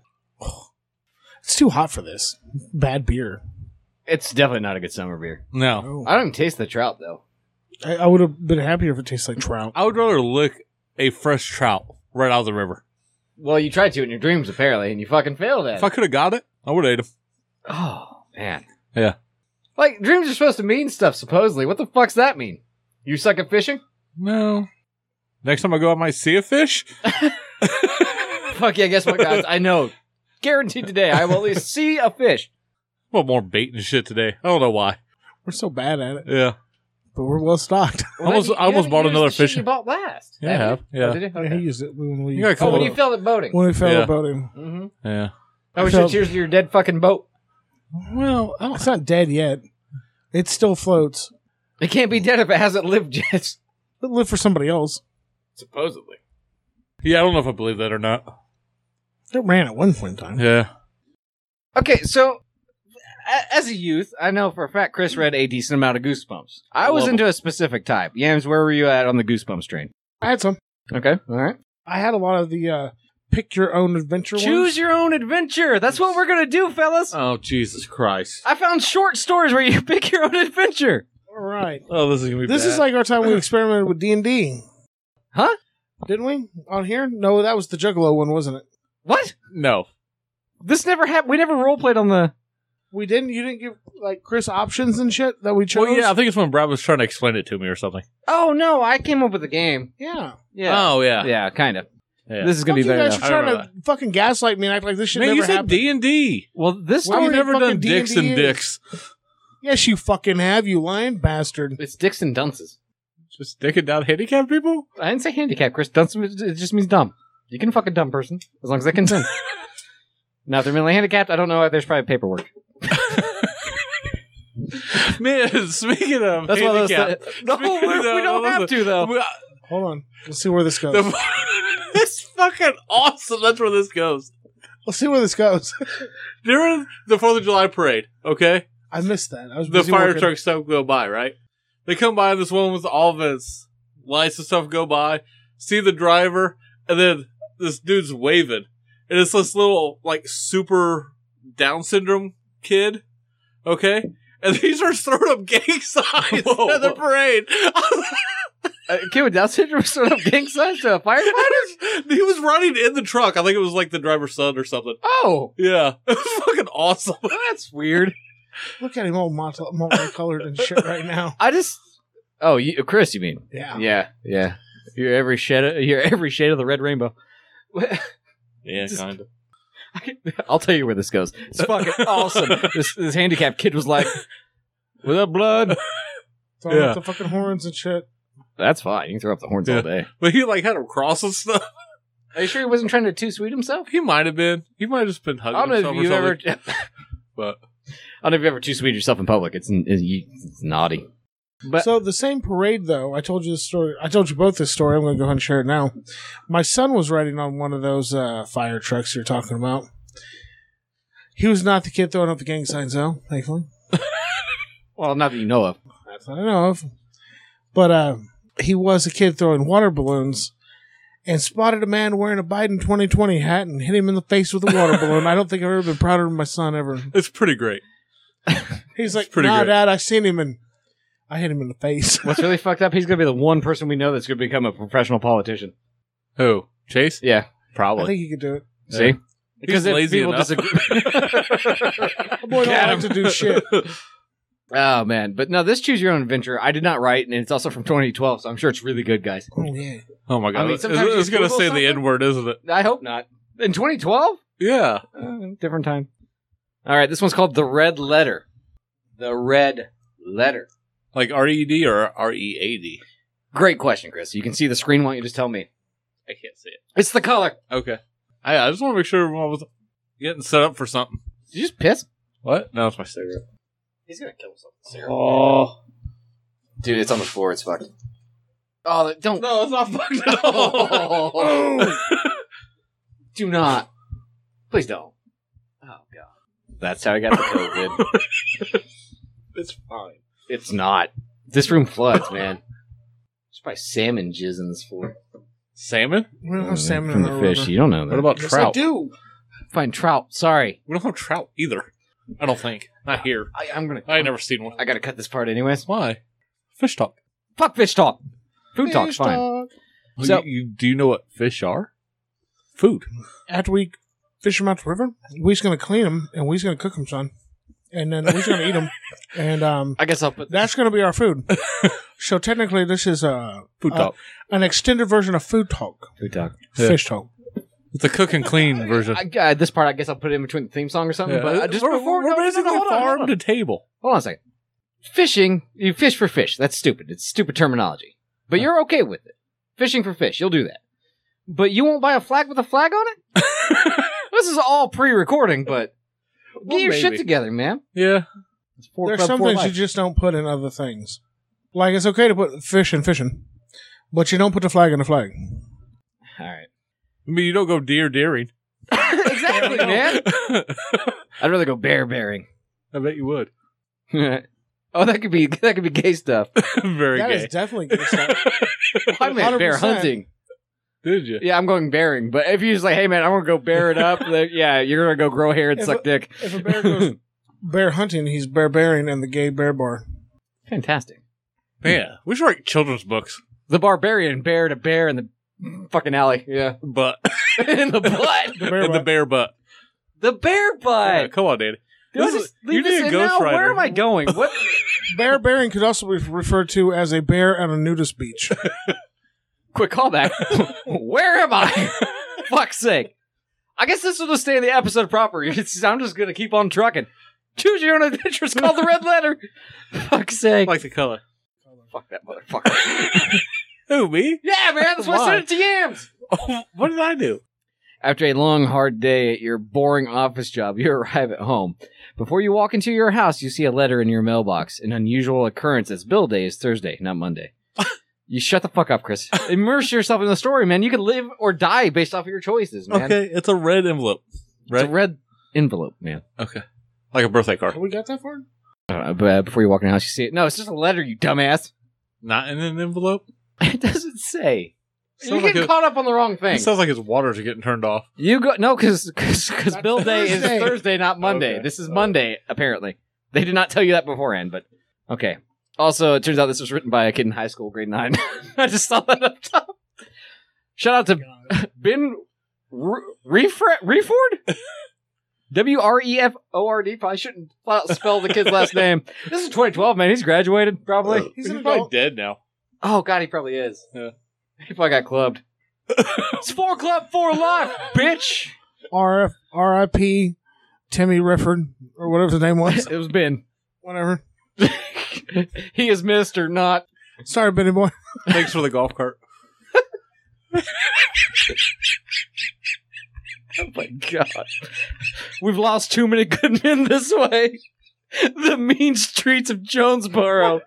Speaker 4: It's too hot for this. Bad beer.
Speaker 1: It's definitely not a good summer beer.
Speaker 2: No.
Speaker 4: Oh.
Speaker 1: I don't even taste the trout though.
Speaker 4: I, I would have been happier if it tastes like trout.
Speaker 2: I would rather lick a fresh trout right out of the river.
Speaker 1: Well, you tried to in your dreams apparently, and you fucking failed at
Speaker 2: If I
Speaker 1: it.
Speaker 2: could have got it, I would have ate him.
Speaker 1: Oh man.
Speaker 2: Yeah.
Speaker 1: Like dreams are supposed to mean stuff supposedly. What the fuck's that mean? You suck at fishing?
Speaker 2: No. Next time I go, I might see
Speaker 4: <laughs>
Speaker 2: a fish. <laughs>
Speaker 1: Fuck yeah, guess what, guys? I know. Guaranteed today, I will at least see a fish.
Speaker 2: Well, more bait and shit today. I don't know why.
Speaker 4: We're so bad at it,
Speaker 2: Yeah.
Speaker 4: but we're well stocked. <laughs>
Speaker 1: Well,
Speaker 2: <laughs> Almost-
Speaker 1: you- you
Speaker 2: I almost
Speaker 1: haven't
Speaker 2: bought
Speaker 1: used
Speaker 2: another
Speaker 1: the shit
Speaker 2: fish.
Speaker 1: You bought last.
Speaker 2: Yeah, I
Speaker 1: haven't you?
Speaker 2: have,
Speaker 1: Oh, did you?
Speaker 4: Yeah,
Speaker 1: Okay.
Speaker 4: he used it when we
Speaker 2: You gotta
Speaker 1: Oh,
Speaker 2: call
Speaker 1: when
Speaker 2: it-
Speaker 1: you failed at boating.
Speaker 4: when we fell
Speaker 2: Yeah.
Speaker 4: about him.
Speaker 1: Mm-hmm.
Speaker 2: Yeah.
Speaker 1: I wish
Speaker 4: So-
Speaker 1: you cheers to your dead fucking boat.
Speaker 2: Well, I
Speaker 4: It's not dead yet. It still floats.
Speaker 1: It can't be dead if it hasn't lived yet. <laughs>
Speaker 4: It lived for somebody else.
Speaker 1: Supposedly.
Speaker 2: yeah, I don't know if I believe that or not.
Speaker 4: It ran at one point in time.
Speaker 2: Yeah.
Speaker 1: Okay, so a- as a youth, I know for a fact Chris read a decent amount of Goosebumps. I,
Speaker 2: I
Speaker 1: was
Speaker 2: love
Speaker 1: into a specific type. Yams, where were you at on the Goosebumps train?
Speaker 4: I had some.
Speaker 1: Okay, all right.
Speaker 4: I had a lot of the uh, pick your own adventure
Speaker 1: Choose
Speaker 4: ones.
Speaker 1: your own adventure. That's what we're gonna do, fellas.
Speaker 2: Oh, Jesus Christ.
Speaker 1: I found short stories where you <laughs> pick your own adventure.
Speaker 4: All right.
Speaker 2: Oh, this is going to be
Speaker 4: This is
Speaker 2: bad.
Speaker 4: like our time
Speaker 2: <laughs>
Speaker 4: we experimented with D and D,
Speaker 1: Huh?
Speaker 4: didn't we? On here? No, that was the Juggalo one, wasn't it?
Speaker 1: What?
Speaker 2: No.
Speaker 1: This never happened. We never role played on the.
Speaker 4: We didn't. You didn't give like Chris options and shit that we chose.
Speaker 2: Well, yeah, I think it's when Brad was trying to explain it to me or something.
Speaker 1: Oh no, I came up with a game.
Speaker 4: yeah.
Speaker 1: Yeah.
Speaker 2: Oh, yeah.
Speaker 1: Yeah, kind of.
Speaker 2: Yeah.
Speaker 1: This is gonna
Speaker 4: Fuck
Speaker 1: be
Speaker 4: you
Speaker 1: better.
Speaker 4: guys are
Speaker 1: now.
Speaker 2: I
Speaker 4: trying to
Speaker 2: remember
Speaker 4: fucking gaslight me, and act like this should
Speaker 2: Man,
Speaker 4: never
Speaker 2: you said
Speaker 4: happen.
Speaker 2: D and D.
Speaker 1: Well, this
Speaker 4: Why
Speaker 1: story.
Speaker 2: We've
Speaker 4: you
Speaker 2: never
Speaker 4: fucking
Speaker 2: done dicks
Speaker 4: D&D is?
Speaker 2: and dicks.
Speaker 4: yes, you fucking have, you lying bastard.
Speaker 1: It's dicks and dunces.
Speaker 2: Just dicking down handicapped people.
Speaker 1: I didn't say handicap, Chris. Dunce it just means dumb. You can fuck a dumb person as long as they <laughs> consent. now, if they're mentally handicapped, I don't know. There's probably paperwork.
Speaker 2: <laughs> Man, speaking of
Speaker 1: That's one of those.
Speaker 2: handicapped,
Speaker 4: <laughs>
Speaker 1: no, we're, we don't have to though.
Speaker 2: uh,
Speaker 4: Oh.
Speaker 2: <laughs> we-
Speaker 4: Hold on, let's see where this goes.
Speaker 2: the, it's fucking awesome. That's where this goes.
Speaker 4: <laughs> let's see where this goes. <laughs>
Speaker 2: During the Fourth of July parade, okay,
Speaker 4: I missed that. I was
Speaker 2: the
Speaker 4: busy
Speaker 2: fire
Speaker 4: working.
Speaker 2: truck stuff go by, right? They come by. This one with all of his lights and stuff go by. See the driver, and then this dude's waving, and it's this little like super Down syndrome kid, okay. And <laughs> these are throwing up gang signs
Speaker 1: Whoa,
Speaker 2: at the
Speaker 1: whoa.
Speaker 2: parade. <laughs>
Speaker 1: Uh, kid with Down syndrome sort of gang signs to a
Speaker 2: <laughs>
Speaker 1: firefighter.
Speaker 2: he was running in the truck. I think it was like the driver's son or something.
Speaker 1: Oh,
Speaker 2: Yeah, <laughs> it was fucking awesome.
Speaker 1: that's weird.
Speaker 4: Look at him all multi- multicolored and shit right now.
Speaker 1: I just. Oh, you, Chris, you mean?
Speaker 2: <laughs>
Speaker 4: Yeah.
Speaker 1: Yeah, yeah. You're every shade. Of, you're every shade of the red rainbow. <laughs>
Speaker 2: Yeah,
Speaker 1: Just-
Speaker 2: kind of.
Speaker 1: I'll tell you where this goes. It's fucking awesome. This, this handicapped kid was like, "With up, blood."
Speaker 4: Throwing
Speaker 2: Yeah.
Speaker 4: up the fucking horns and shit.
Speaker 1: That's fine. You can throw up the horns
Speaker 2: Yeah.
Speaker 1: all day.
Speaker 2: But he like had him cross and stuff. <laughs>
Speaker 1: Are you sure he wasn't trying to too sweet himself?
Speaker 2: He might have been. He might have just been hugging
Speaker 1: I don't know
Speaker 2: himself
Speaker 1: if you
Speaker 2: or
Speaker 1: ever.
Speaker 2: something.
Speaker 1: <laughs> I
Speaker 2: But
Speaker 1: don't know if you ever too sweet yourself in public. It's it's, it's naughty. But
Speaker 4: so the same parade though, I told you this story. I told you both this story. I'm going to go ahead and share it now. My son was riding on one of those uh, fire trucks you're talking about. He was not the kid throwing up the gang signs though, thankfully.
Speaker 1: well, not that you know of.
Speaker 4: That's what I know of. But uh, he was a kid throwing water balloons and spotted a man wearing a Biden 2020 hat and hit him in the face with a
Speaker 1: <laughs>
Speaker 4: water balloon. I don't think I've ever been prouder of my son ever.
Speaker 2: it's pretty great.
Speaker 4: He's like,
Speaker 2: pretty
Speaker 4: nah,
Speaker 2: great.
Speaker 4: dad, I seen him and I hit him in the face. <laughs>
Speaker 1: What's really <laughs> fucked up? He's gonna be the one person we know that's gonna become a professional politician.
Speaker 2: Who? Chase?
Speaker 1: Yeah,
Speaker 4: I
Speaker 2: Probably.
Speaker 4: think he could do it.
Speaker 1: see,
Speaker 2: He's lazy enough. <laughs>
Speaker 4: My boy don't
Speaker 1: Got
Speaker 4: like to
Speaker 1: him.
Speaker 4: do
Speaker 1: <laughs>
Speaker 4: shit.
Speaker 1: Oh man, but no, this choose your own adventure. I did not write, and it's also from 2012, so I'm sure it's really good, guys.
Speaker 4: Oh, yeah.
Speaker 2: Oh my god.
Speaker 1: mean,
Speaker 2: it's
Speaker 1: sometimes you
Speaker 2: it's gonna
Speaker 1: Google
Speaker 2: say
Speaker 1: something.
Speaker 2: the N word, isn't it?
Speaker 1: I hope not. In 2012,
Speaker 2: Yeah.
Speaker 1: uh, different time. All right, this one's called the Red Letter. The Red Letter.
Speaker 2: Like R E D or R E A D.
Speaker 1: Great question, Chris. You can see the screen. Why don't you just tell me?
Speaker 2: I can't see it.
Speaker 1: It's the color.
Speaker 2: Okay. I, I just want to make sure everyone was getting set up for something.
Speaker 1: Did you just piss?
Speaker 2: What? No, it's
Speaker 1: <laughs>
Speaker 2: my <laughs> cigarette.
Speaker 1: He's gonna kill himself. with syrup.
Speaker 2: Oh
Speaker 1: Dude, it's on the floor. It's fucked. Oh, that- don't.
Speaker 2: no, it's not
Speaker 1: <laughs>
Speaker 2: fucked at all.
Speaker 1: Do not. Please don't. Oh god. That's how I got the
Speaker 2: <laughs>
Speaker 1: COVID.
Speaker 2: It's fine.
Speaker 1: it's not. This room floods, man. There's probably salmon jizz in this floor.
Speaker 2: Salmon?
Speaker 4: We don't have salmon
Speaker 1: Mm, from
Speaker 4: in
Speaker 1: the
Speaker 4: our
Speaker 1: fish.
Speaker 4: river.
Speaker 1: You don't know that.
Speaker 2: What about
Speaker 4: Yes, I
Speaker 2: trout?
Speaker 4: do.
Speaker 1: Find trout. Sorry.
Speaker 2: We don't have trout either. I don't think. Not here.
Speaker 1: I, I'm gonna.
Speaker 2: I ain't never seen one.
Speaker 1: I gotta cut this part anyways.
Speaker 2: Why? Fish talk.
Speaker 1: Fuck fish talk. Food talk's fine. So-
Speaker 2: you, you- do you know what fish are? Food.
Speaker 4: After we fish them out the river, we're just gonna clean them and we're just gonna cook them, son. And then we're just gonna eat
Speaker 1: <laughs>
Speaker 4: them. And um,
Speaker 1: I guess I'll put.
Speaker 4: that's gonna be our
Speaker 1: <laughs>
Speaker 4: food. so technically, this is uh,
Speaker 2: Food
Speaker 4: Uh,
Speaker 2: talk.
Speaker 4: an extended version of food talk,
Speaker 1: Food talk.
Speaker 2: Yeah.
Speaker 4: fish talk.
Speaker 2: It's a cook and clean version.
Speaker 1: <laughs> I, uh, this part, I guess I'll put it in between the theme song or something.
Speaker 2: Yeah.
Speaker 1: But uh, just
Speaker 2: we're,
Speaker 1: before,
Speaker 2: we're
Speaker 1: no, no, no,
Speaker 2: basically
Speaker 1: hold on,
Speaker 2: farm
Speaker 1: hold on.
Speaker 2: to table.
Speaker 1: Hold on a second. Fishing, you fish for fish. That's stupid. It's stupid terminology. But you're okay with it. Fishing for fish, you'll do that. But you won't buy a flag with a flag on it?
Speaker 2: <laughs>
Speaker 1: this is all pre recording, but get
Speaker 2: Well,
Speaker 1: your shit
Speaker 2: maybe.
Speaker 1: together, man.
Speaker 2: Yeah.
Speaker 1: It's four
Speaker 4: There's
Speaker 1: club,
Speaker 4: some
Speaker 1: four
Speaker 4: things you
Speaker 1: life.
Speaker 4: just don't put in other things. Like it's okay to put fish in fishing, but you don't put the flag in the flag.
Speaker 1: All right. <laughs>
Speaker 2: I mean, you don't go deer deering. <laughs>
Speaker 1: exactly, man.
Speaker 2: I
Speaker 1: I'd rather go bear bearing. <laughs>
Speaker 2: bet you would.
Speaker 1: oh, that could be that could be gay stuff.
Speaker 2: <laughs> Very
Speaker 4: That is
Speaker 2: gay.
Speaker 4: definitely good stuff.
Speaker 1: <laughs> I meant bear
Speaker 4: 100%.
Speaker 1: hunting.
Speaker 2: Did you?
Speaker 1: Yeah, I'm going bearing. But if you're just like, hey man, I'm gonna go bear it
Speaker 2: <laughs>
Speaker 1: up, then, yeah, you're gonna go grow hair and
Speaker 4: If
Speaker 1: suck dick.
Speaker 4: if a bear goes <laughs> bear hunting, he's bear bearing in the gay bear bar.
Speaker 1: Fantastic.
Speaker 2: Man, we should write children's books.
Speaker 1: The barbarian bear to bear in the fucking alley. Yeah.
Speaker 2: Butt.
Speaker 1: <laughs> in the butt.
Speaker 4: The bear
Speaker 2: <laughs> And the
Speaker 4: butt.
Speaker 2: bear butt.
Speaker 1: The bear
Speaker 2: Yeah,
Speaker 1: butt.
Speaker 2: come on, Danny.
Speaker 1: Do I
Speaker 2: This is-
Speaker 1: just leave
Speaker 2: you
Speaker 1: this
Speaker 2: need a
Speaker 1: in now?
Speaker 2: ghostwriter.
Speaker 1: Where am
Speaker 2: <laughs>
Speaker 1: I going? What?
Speaker 4: Bear bearing could also be referred to as a bear at a nudist beach.
Speaker 1: Quick
Speaker 2: <laughs>
Speaker 1: callback. Where am I? Fuck's sake. I guess this will just stay in the episode proper. <laughs> It's- I'm just going to keep on trucking. Choose your own adventure. It's called the red
Speaker 2: <laughs>
Speaker 1: letter. Fuck's sake.
Speaker 2: like the color.
Speaker 1: Fuck that motherfucker.
Speaker 2: <laughs> Who, <laughs> me?
Speaker 1: yeah, man. That's why I
Speaker 2: Why?
Speaker 1: sent it to Yams.
Speaker 2: Oh, what did I do?
Speaker 1: After a long, hard day at your boring office job, <laughs> you arrive at home. Before you walk into your house, you see a letter in your mailbox, an unusual occurrence as Bill Day is Thursday, not Monday.
Speaker 2: <laughs>
Speaker 1: you shut the fuck up, Chris. Immerse yourself in the story, man. You can live or die based off of your choices, man.
Speaker 2: Okay, it's a red envelope.
Speaker 1: It's
Speaker 2: Right?
Speaker 1: a red envelope, man.
Speaker 2: okay. Like a birthday
Speaker 4: Have
Speaker 2: card.
Speaker 4: we got that far?
Speaker 1: Uh, but uh, before you walk in the house, you see it. No, it's just a letter, you dumbass. <laughs>
Speaker 2: Not in an envelope?
Speaker 1: It doesn't say. You're
Speaker 2: Sounds like
Speaker 1: getting
Speaker 2: a-
Speaker 1: caught up on the wrong thing.
Speaker 2: It sounds like his waters are getting turned off.
Speaker 1: You go no, because because
Speaker 4: That's
Speaker 1: Bill Day is
Speaker 4: Thursday.
Speaker 1: Thursday, not Monday.
Speaker 2: Okay.
Speaker 1: This is
Speaker 2: Oh.
Speaker 1: Monday, apparently. They did not tell you that beforehand, but okay. Also, it turns out this was written by a kid in high school, grade nine. <laughs> I just saw that up top. Shout out
Speaker 2: <laughs>
Speaker 1: to Ben R- Refre- Reford. W R E F O R D. Probably shouldn't flat out spell the kid's last name. This is 2012, man. He's graduated, probably.
Speaker 4: He's an
Speaker 2: Oh. probably
Speaker 4: adult.
Speaker 2: dead now.
Speaker 1: Oh God, he probably is.
Speaker 2: Yeah.
Speaker 1: He probably got clubbed. it's four club, four lock,
Speaker 2: <laughs>
Speaker 1: bitch.
Speaker 4: RF, RIP, Timmy Rifford, or whatever his name was.
Speaker 1: <laughs> It was Ben.
Speaker 4: Whatever.
Speaker 1: he is missed or not.
Speaker 4: Sorry, Benny boy.
Speaker 2: <laughs> Thanks for the golf cart.
Speaker 1: <laughs> Oh my god. We've lost too many good men this way. <laughs> The mean streets of Jonesboro.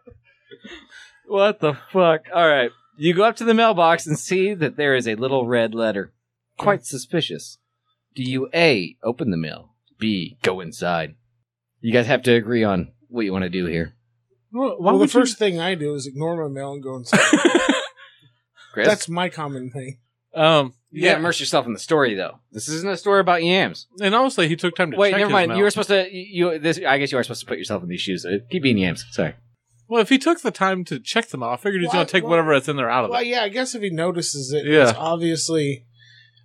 Speaker 1: what the fuck? All right. You go up to the mailbox and see that there is a little red letter. Quite suspicious. Do you A, open the mail? B, go inside? You guys have to agree on what you want to do here.
Speaker 2: Well,
Speaker 4: Well, the first thing I do is ignore my mail and go inside.
Speaker 1: Chris?
Speaker 4: That's my common thing.
Speaker 2: <laughs> Um,
Speaker 1: you gotta
Speaker 2: yeah,
Speaker 1: immerse yourself in the story, though. This isn't a story about yams.
Speaker 2: and honestly, he took time to
Speaker 1: Wait,
Speaker 2: check
Speaker 1: never
Speaker 2: his
Speaker 1: mind.
Speaker 2: mail.
Speaker 1: You were supposed to. You you- this. I guess you are supposed to put yourself in these shoes. Uh, Keep being yams. Sorry.
Speaker 2: Well, if he took the time to check them out, I figured he's
Speaker 4: Well,
Speaker 2: gonna take
Speaker 4: well-
Speaker 2: whatever that's in there out of
Speaker 4: Well,
Speaker 2: it.
Speaker 4: yeah, I guess if he notices it,
Speaker 2: Yeah.
Speaker 4: it's obviously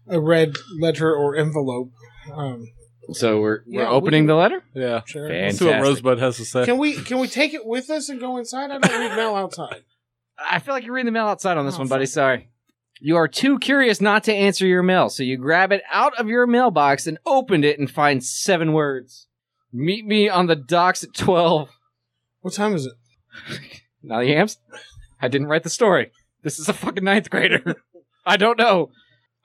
Speaker 4: a red letter or envelope. Um,
Speaker 1: So we're
Speaker 4: Yeah,
Speaker 1: we're opening
Speaker 4: we-
Speaker 1: the letter.
Speaker 2: Yeah,
Speaker 4: sure.
Speaker 1: Fan-
Speaker 2: let's see what
Speaker 1: Fantastic.
Speaker 2: Rosebud has to say.
Speaker 4: Can we can we take it with us and go inside? I don't read mail outside.
Speaker 1: I feel like you're reading the mail outside on this
Speaker 4: Oh,
Speaker 1: one, buddy. Sorry. You are too curious not to answer your mail, so you grab it out of your mailbox and opened it and find seven words. Meet me on the docks at twelve.
Speaker 4: What time is it?
Speaker 1: Now yams. I didn't write the story. This is a fucking ninth grader. <laughs> I don't know.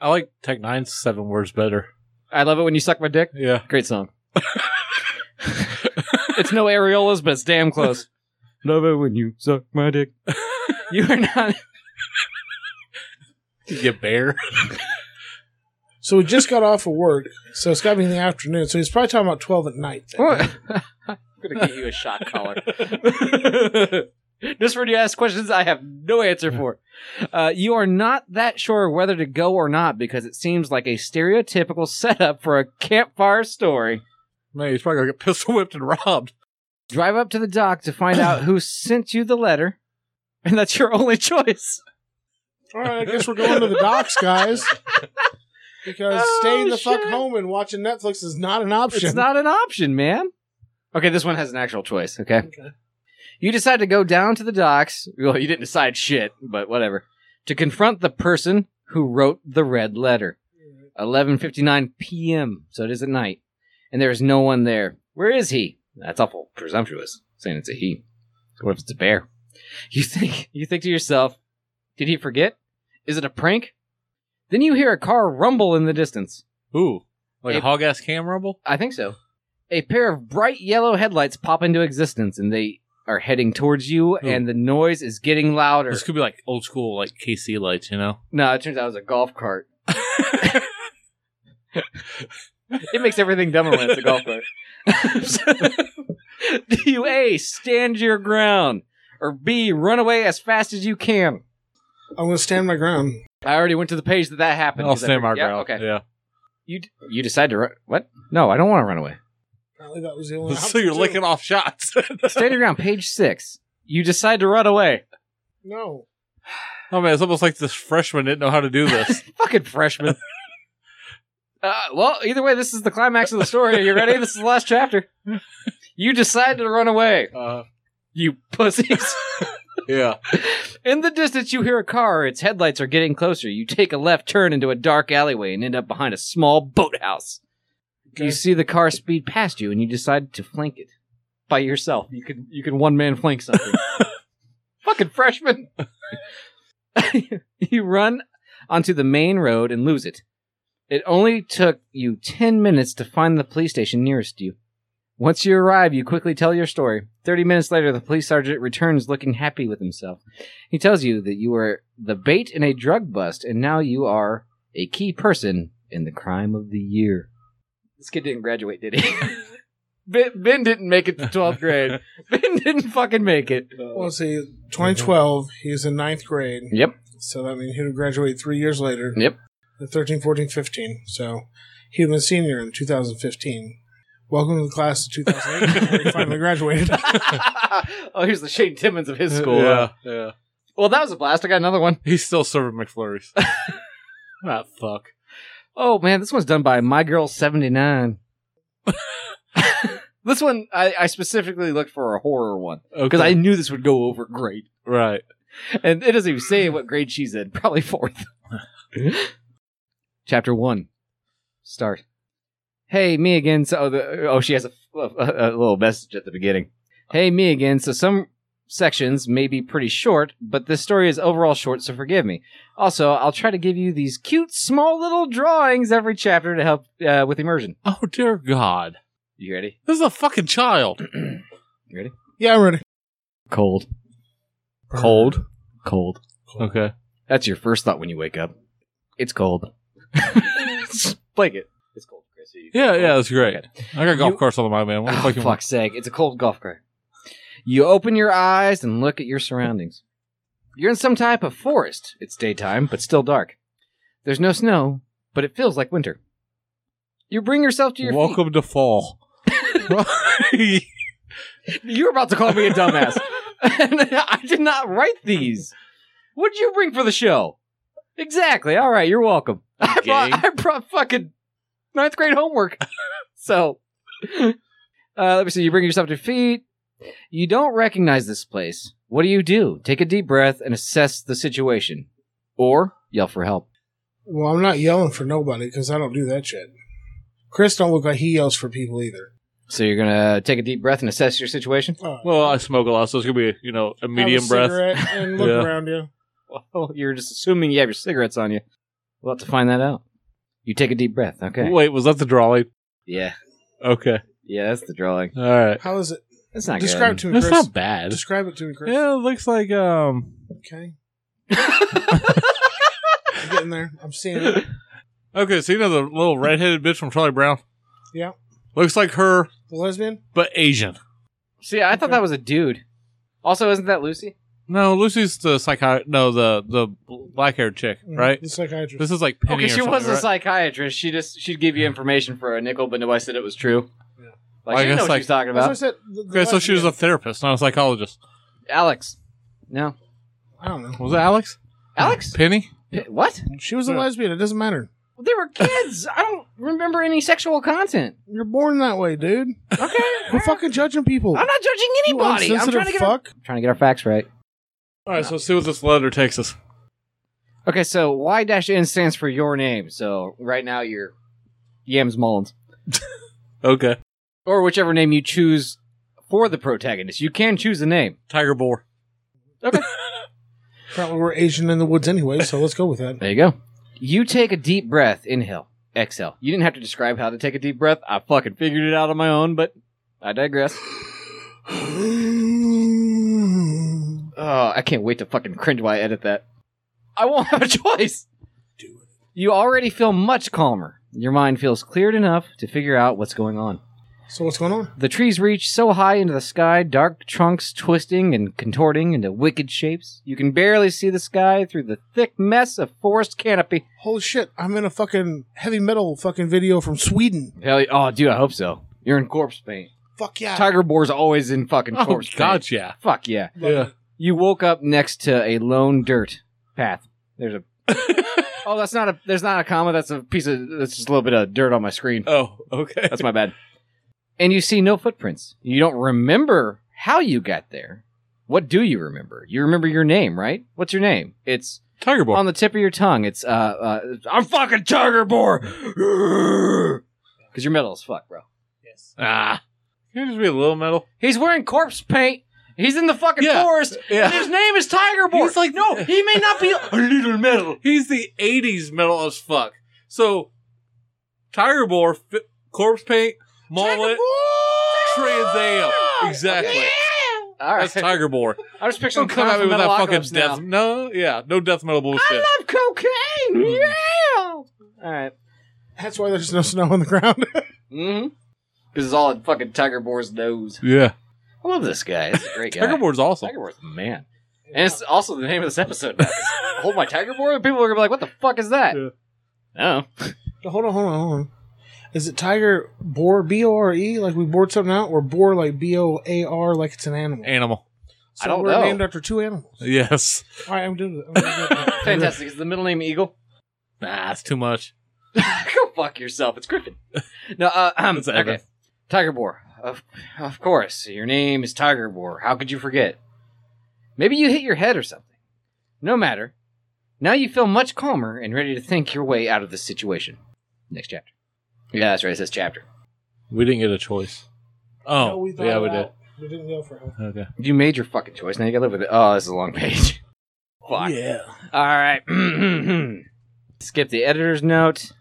Speaker 2: I like Tech Nine's seven words better.
Speaker 1: I love it when you suck my dick.
Speaker 2: Yeah,
Speaker 1: Great song. it's no areolas, but it's damn close. Love it when you suck my dick. <laughs> <laughs> you are not.
Speaker 2: you get bear.
Speaker 4: So we just got off of work, so it's got to be in the afternoon. So he's probably talking about twelve at night.
Speaker 1: I'm gonna give you a shock <laughs> collar. Just when you ask questions I have no answer for. Uh, you are not that sure whether to go or not because it seems like a stereotypical setup for a campfire story.
Speaker 2: <laughs> Man, he's probably gonna get pistol whipped and robbed.
Speaker 1: Drive up to the dock to find <coughs> out who sent you the letter, and that's your only choice.
Speaker 4: All right, I guess we're going to the docks, guys. Because
Speaker 1: Oh,
Speaker 4: staying the fuck
Speaker 1: shit.
Speaker 4: home and watching Netflix is not an option.
Speaker 1: It's not an option, man. Okay, this one has an actual choice. Okay. You decide to go down to the docks. Well, you didn't decide shit, but whatever. To confront the person who wrote the red letter. 11:59 p.m. So it is at night, and there is no one there. Where is he? That's awful presumptuous saying it's a he. What if it's a bear? You think you think to yourself, did he forget? Is it a prank? Then you hear a car rumble in the distance.
Speaker 2: Ooh, like
Speaker 1: It-
Speaker 2: a hog ass cam rumble.
Speaker 1: I think so. A pair of bright yellow headlights pop into existence and they are heading towards you, and the noise is getting louder.
Speaker 2: This could be like old school, like KC lights, you
Speaker 1: <laughs>
Speaker 2: know?
Speaker 1: No, it turns out it was a golf cart. it makes everything dumber when it's a golf cart. <laughs> Do you A, stand your ground, or B, run away as fast as you can?
Speaker 4: I'm going to stand my ground.
Speaker 1: I already went to the page that that happened.
Speaker 2: I'll
Speaker 1: 'cause I
Speaker 2: stand my
Speaker 1: figured- yeah,
Speaker 2: ground.
Speaker 1: Okay.
Speaker 2: Yeah.
Speaker 1: You, d- you decide to run. What? No, I don't want to run away.
Speaker 4: Apparently that was the only
Speaker 2: <laughs> so you're
Speaker 4: option,
Speaker 2: licking
Speaker 4: too.
Speaker 2: off shots. <laughs>
Speaker 1: Stand your ground, page six. You decide to run away.
Speaker 4: No.
Speaker 2: oh man, it's almost like this freshman didn't know how to
Speaker 1: <laughs>
Speaker 2: do this.
Speaker 1: fucking freshman. uh, well, either way, this is the climax of the story. Are you ready? This is the last chapter. You decide to run away,
Speaker 2: uh,
Speaker 1: you pussies. <laughs>
Speaker 2: yeah.
Speaker 1: In the distance, you hear a car. Its headlights are getting closer. You take a left turn into a dark alleyway and end up behind a small boathouse. You see the car speed past you, and you decide to flank it by yourself. You can you can one man flank <laughs> something. Fucking freshman. <laughs> you run onto the main road and lose it. It only took you ten minutes to find the police station nearest you. Once you arrive, you quickly tell your story. Thirty minutes later, the police sergeant returns looking happy with himself. He tells you that you were the bait in a drug bust, and now you are a key person in the crime of the year. This kid didn't graduate, did he? <laughs> ben, ben didn't make it to 12th <laughs> grade. Ben didn't fucking make it.
Speaker 4: Well, see, 2012, he was in ninth grade.
Speaker 1: Yep.
Speaker 4: So that means he would graduate three years later.
Speaker 1: Yep.
Speaker 4: The 13, 14, 15. So he would have been senior in 2015. Welcome to the class of
Speaker 2: <laughs>
Speaker 4: 2018, where he finally graduated.
Speaker 1: <laughs>
Speaker 4: <laughs>
Speaker 1: oh, here's the Shane Timmons of his school.
Speaker 2: Yeah. Yeah.
Speaker 1: Well, that was a blast. I got another one.
Speaker 2: He's still serving McFlurries. ah, fuck.
Speaker 1: Oh man, this one's done by My Girl seventy
Speaker 2: <laughs>
Speaker 1: nine. <laughs> this one I, I specifically looked for a horror one because I knew this would go over great,
Speaker 2: right.
Speaker 1: and it doesn't even say what grade she's in. <laughs> Probably fourth. Chapter one. Start. Hey, me again. So oh, the, oh she has a, a, a little message at the beginning. Hey, me again. So some sections may be pretty short, but this story is overall short, so forgive me. Also, I'll try to give you these cute, small little drawings every chapter to help uh, with immersion.
Speaker 2: Oh dear God.
Speaker 1: You ready?
Speaker 2: This is a fucking child.
Speaker 1: You ready?
Speaker 4: yeah, I'm ready.
Speaker 1: Cold. Cold. Cold.
Speaker 2: Okay.
Speaker 1: That's your first thought when you wake up. It's cold. <laughs> Blake it. It's cold, Chris.
Speaker 2: Yeah, yeah, that's great.
Speaker 1: Okay.
Speaker 2: I got a golf
Speaker 1: You-
Speaker 2: course on my man. What the
Speaker 1: Oh,
Speaker 2: fuck you want?
Speaker 1: fuck's sake. It's a cold golf cart. You open your eyes and look at your surroundings. You're in some type of forest. It's daytime, but still dark. There's no snow, but it feels like winter. You bring yourself to your feet.
Speaker 2: Welcome to fall. <laughs>
Speaker 1: You're about to call me a dumbass. <laughs> and I did not write these. What did you bring for the show? Exactly. All right, you're welcome. I brought,
Speaker 2: Gang.
Speaker 1: I brought fucking ninth grade homework. <laughs> so, uh, let me see. You bring yourself to your feet. You don't recognize this place. What do you do? Take a deep breath and assess the situation, or yell for help.
Speaker 4: Well, I'm not yelling for nobody because I don't do that shit. Chris don't look like he yells for people either.
Speaker 1: So you're gonna take a deep breath and assess your situation. <laughs>
Speaker 4: Uh,
Speaker 2: well, I smoke a lot, so it's gonna be you know a
Speaker 4: have a
Speaker 2: medium breath.
Speaker 4: cigarette and look
Speaker 2: <laughs> Yeah.
Speaker 4: around you.
Speaker 1: Well, you're just assuming you have your cigarettes on you. We'll have to find that out. You take a deep breath. Okay.
Speaker 2: Wait, was that the drawing?
Speaker 1: Yeah.
Speaker 2: Okay,
Speaker 1: Yeah, that's the drawing.
Speaker 2: all right.
Speaker 4: How is it?
Speaker 1: That's not
Speaker 4: Describe it
Speaker 1: good.
Speaker 4: to me,
Speaker 2: That's
Speaker 4: Chris.
Speaker 2: not bad.
Speaker 4: Describe it to me, Chris.
Speaker 2: Yeah, it looks like um.
Speaker 4: Okay. I'm getting there. I'm seeing it.
Speaker 2: Okay, so you know the little redheaded bitch from Charlie Brown?
Speaker 4: Yeah.
Speaker 2: Looks like her,
Speaker 4: The lesbian?
Speaker 2: but Asian.
Speaker 1: <laughs> See, I thought that was a dude. Also, isn't that Lucy?
Speaker 2: No, Lucy's the psychiatrist. No, the the black haired chick,
Speaker 4: Mm,
Speaker 2: right?
Speaker 4: The psychiatrist.
Speaker 2: This is like Penny.
Speaker 1: Okay, she
Speaker 2: or
Speaker 1: was
Speaker 2: something,
Speaker 1: a
Speaker 2: right?
Speaker 1: psychiatrist. She just she'd give you information for a nickel, but nobody said it was true.
Speaker 2: Yeah.
Speaker 1: Like
Speaker 2: I
Speaker 1: she didn't know
Speaker 2: guess,
Speaker 1: what she was talking
Speaker 4: That's what I
Speaker 1: about.
Speaker 4: said. The, the
Speaker 2: Okay, so she was a
Speaker 4: lesbian.
Speaker 2: therapist, not a psychologist.
Speaker 1: Alex. No.
Speaker 4: I don't know.
Speaker 2: Was it Alex?
Speaker 1: Alex?
Speaker 2: Penny?
Speaker 1: P- What?
Speaker 4: She was a
Speaker 2: Yeah.
Speaker 4: lesbian. It doesn't matter.
Speaker 1: They were kids. I don't remember any sexual content.
Speaker 4: You're born that way, dude.
Speaker 1: Okay.
Speaker 4: We're fucking judging people.
Speaker 1: I'm not judging
Speaker 4: you
Speaker 1: anybody. I'm
Speaker 4: unsensitive
Speaker 1: trying to get our,
Speaker 4: fuck.
Speaker 1: trying to get our facts right.
Speaker 2: All right, so let's see what this letter takes us.
Speaker 1: Okay, so Y dash N stands for your name. So right now you're Yams Mullins.
Speaker 2: Okay.
Speaker 1: Or whichever name you choose for the protagonist. You can choose a name.
Speaker 2: Tiger boar.
Speaker 4: Apparently, we're Asian in the woods anyway, so let's go with
Speaker 2: <gasps>
Speaker 4: that.
Speaker 1: <laughs> There you go. You take a deep breath, inhale, exhale. You didn't have to describe how to take a deep breath. I fucking figured it out on my own, but I digress. Oh, I can't wait to fucking cringe while I edit that. I won't have a choice. You already feel much calmer. Your mind feels cleared enough to figure out what's going on.
Speaker 4: So what's going on?
Speaker 1: The trees reach so high into the sky, dark trunks twisting and contorting into wicked shapes. You can barely see the sky through the thick mess of forest canopy.
Speaker 4: Holy shit! I'm in a fucking heavy metal fucking video from Sweden.
Speaker 1: Hell, oh, dude, I hope so. You're in corpse paint.
Speaker 4: Fuck yeah!
Speaker 1: Tiger Boar's always in fucking
Speaker 2: Oh,
Speaker 1: corpse
Speaker 2: God,
Speaker 1: paint.
Speaker 2: yeah.
Speaker 1: Fuck yeah.
Speaker 2: Yeah.
Speaker 1: You woke up next to a lone dirt path. There's a. oh, that's not a. There's not a comma. That's a piece of. That's just a little bit of dirt on my screen.
Speaker 2: <laughs> Oh, okay.
Speaker 1: That's my bad. And you see no footprints. You don't remember how you got there. What do you remember? You remember your name, right? What's your name? It's
Speaker 2: Tiger boar.
Speaker 1: on the tip of your tongue. It's uh, uh I'm fucking Tiger Boar. <sighs> Because you're metal as fuck, bro.
Speaker 2: ah. Can you just be a little metal?
Speaker 1: He's wearing corpse paint. He's in the fucking
Speaker 2: Yeah.
Speaker 1: forest.
Speaker 2: Yeah.
Speaker 1: And his name is Tiger Boy.
Speaker 2: He's like-
Speaker 1: no, he may not <laughs> be a little metal.
Speaker 2: He's the 80s metal as fuck. So, Tiger boar, fi- corpse paint, mullet, Trans Am. Exactly.
Speaker 1: All
Speaker 2: <laughs>
Speaker 1: right.
Speaker 2: That's Tiger boar.
Speaker 1: I was picturing
Speaker 2: Don't come at me with that fucking
Speaker 1: now.
Speaker 2: death. No, yeah, no death metal bullshit.
Speaker 1: I love cocaine.
Speaker 2: Mm.
Speaker 1: Yeah. All right.
Speaker 4: That's why there's no snow on the ground.
Speaker 1: Mm-hmm. Because it's all in fucking Tiger Boar's nose.
Speaker 2: Yeah.
Speaker 1: I love this guy. He's a <laughs> great guy.
Speaker 2: Tiger boar's awesome.
Speaker 1: Tiger Boar's the man. And it's also the name of this episode. Hold my Tiger Boar. and People are gonna be like, "What the fuck is that?" Oh.
Speaker 2: Yeah.
Speaker 1: No.
Speaker 4: hold on, hold on, hold on. Is it tiger boar b o r e like we bored something out, or boar like b o a r like it's an animal?
Speaker 2: Animal.
Speaker 4: So
Speaker 1: I don't
Speaker 4: we're
Speaker 1: know.
Speaker 4: named after two animals.
Speaker 2: Yes.
Speaker 4: All right, I'm doing it. I'm
Speaker 1: <laughs>
Speaker 4: doing it.
Speaker 1: Fantastic. Is the middle name Eagle?
Speaker 2: Nah, that's too much.
Speaker 1: <laughs> Go fuck yourself. It's Griffin. No, uh, um,
Speaker 2: It's Evan.
Speaker 1: okay. Tiger Boar. Of, of course. Your name is Tiger Boar. How could you forget? Maybe you hit your head or something. No matter. Now you feel much calmer and ready to think your way out of this situation. Next chapter. Yeah, that's right. It says chapter.
Speaker 2: We didn't get a choice. Oh,
Speaker 4: No, thought
Speaker 2: yeah, we
Speaker 4: about-
Speaker 2: did.
Speaker 4: We didn't go for it.
Speaker 2: Okay.
Speaker 1: You made your fucking choice. Now you gotta live with it. Oh, this is a long page. <laughs> Fuck.
Speaker 4: Yeah.
Speaker 1: All right. <clears throat> Skip the editor's note.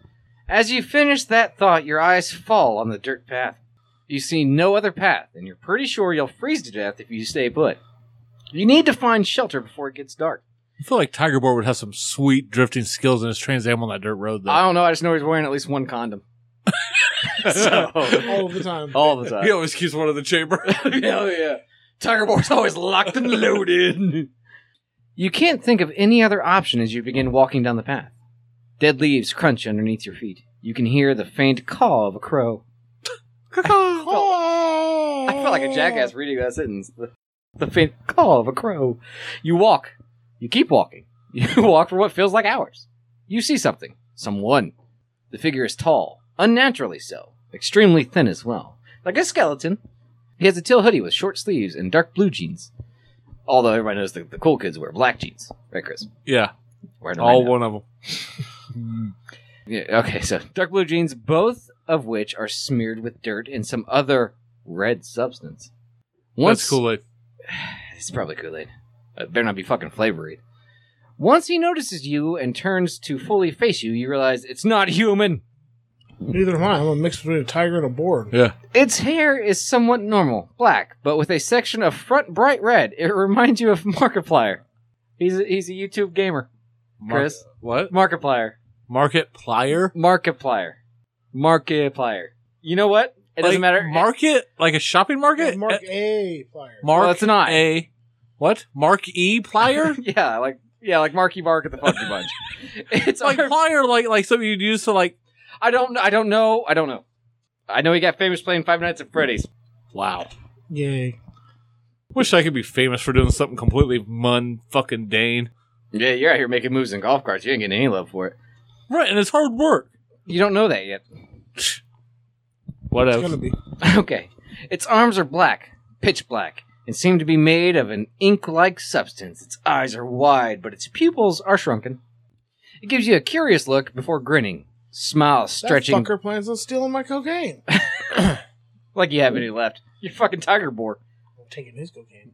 Speaker 1: As you finish that thought, your eyes fall on the dirt path. You see no other path, and you're pretty sure you'll freeze to death if you stay put. You need to find shelter before it gets dark.
Speaker 2: I feel like Tiger Boar would have some sweet drifting skills in his Trans Am on that dirt road,
Speaker 1: I
Speaker 2: <laughs> though.
Speaker 1: don't know. I just know he's wearing at least one condom. <laughs> so,
Speaker 4: All the time.
Speaker 1: <laughs> all the time.
Speaker 2: He always keeps one in
Speaker 1: <laughs>
Speaker 2: the chamber.
Speaker 1: Hell yeah. Tiger Boar's always locked and loaded. <laughs> You can't think of any other option as you begin walking down the path. Dead leaves crunch underneath your feet. You can hear the faint caw of a crow. I felt like a jackass reading that sentence. The, the faint caw of a crow. You walk. You keep walking. <laughs> You walk for what feels like hours. You see something. Someone. The figure is tall, unnaturally so, extremely thin as well, like a skeleton. He has a teal hoodie with short sleeves and dark blue jeans. Although everybody knows the, the cool kids wear black jeans, right, Chris?
Speaker 2: yeah,
Speaker 1: Wearing them right
Speaker 2: all
Speaker 1: now.
Speaker 2: one of them.
Speaker 1: Yeah, okay, so dark blue jeans, both of which are smeared with dirt and some other red substance.
Speaker 2: What's Kool Aid?
Speaker 1: It's probably Kool Aid. It better not be fucking flavored. Once he notices you and turns to fully face you, you realize it's not human.
Speaker 4: Neither am I. I'm a mix between a tiger and a boar.
Speaker 2: Yeah.
Speaker 1: Its hair is somewhat normal, black, but with a section of front bright red. It reminds <laughs> you of Markiplier. He's a, he's a YouTube gamer, Chris.
Speaker 2: What?
Speaker 1: Markiplier.
Speaker 2: Market Plier.
Speaker 1: Markiplier. Markiplier. You know what? It doesn't
Speaker 2: Like,
Speaker 1: matter.
Speaker 2: Market like a shopping market.
Speaker 4: Mark
Speaker 2: Eh,
Speaker 4: A. Plier.
Speaker 2: Mark
Speaker 1: Well, it's an I.
Speaker 2: A. What? Mark E. <laughs> Plier.
Speaker 1: yeah, like yeah, like Marky Mark at the Funky
Speaker 2: <laughs>
Speaker 1: Bunch. it's
Speaker 2: It's like
Speaker 1: our-
Speaker 2: plier, like like something you'd use to like.
Speaker 1: I don't I don't know I don't know. I know he got famous playing Five Nights at Freddy's.
Speaker 2: Wow.
Speaker 4: Yay.
Speaker 2: Wish I could be famous for doing something completely mun fucking Dane.
Speaker 1: Yeah, you're out here making moves in golf carts. You ain't getting any love for it.
Speaker 2: Right, and it's hard work.
Speaker 1: You don't know that yet. <laughs>
Speaker 2: What
Speaker 4: It's
Speaker 2: else?
Speaker 4: gonna be.
Speaker 1: Okay. Its arms are black, pitch black, and seem to be made of an ink like substance. Its eyes are wide, but its pupils are shrunken. It gives you a curious look before grinning, smiles
Speaker 4: That
Speaker 1: stretching
Speaker 4: fucker plans on stealing my
Speaker 1: <laughs>
Speaker 4: cocaine.
Speaker 1: like you have any left. You're fucking tiger boar.
Speaker 4: I'm taking his cocaine.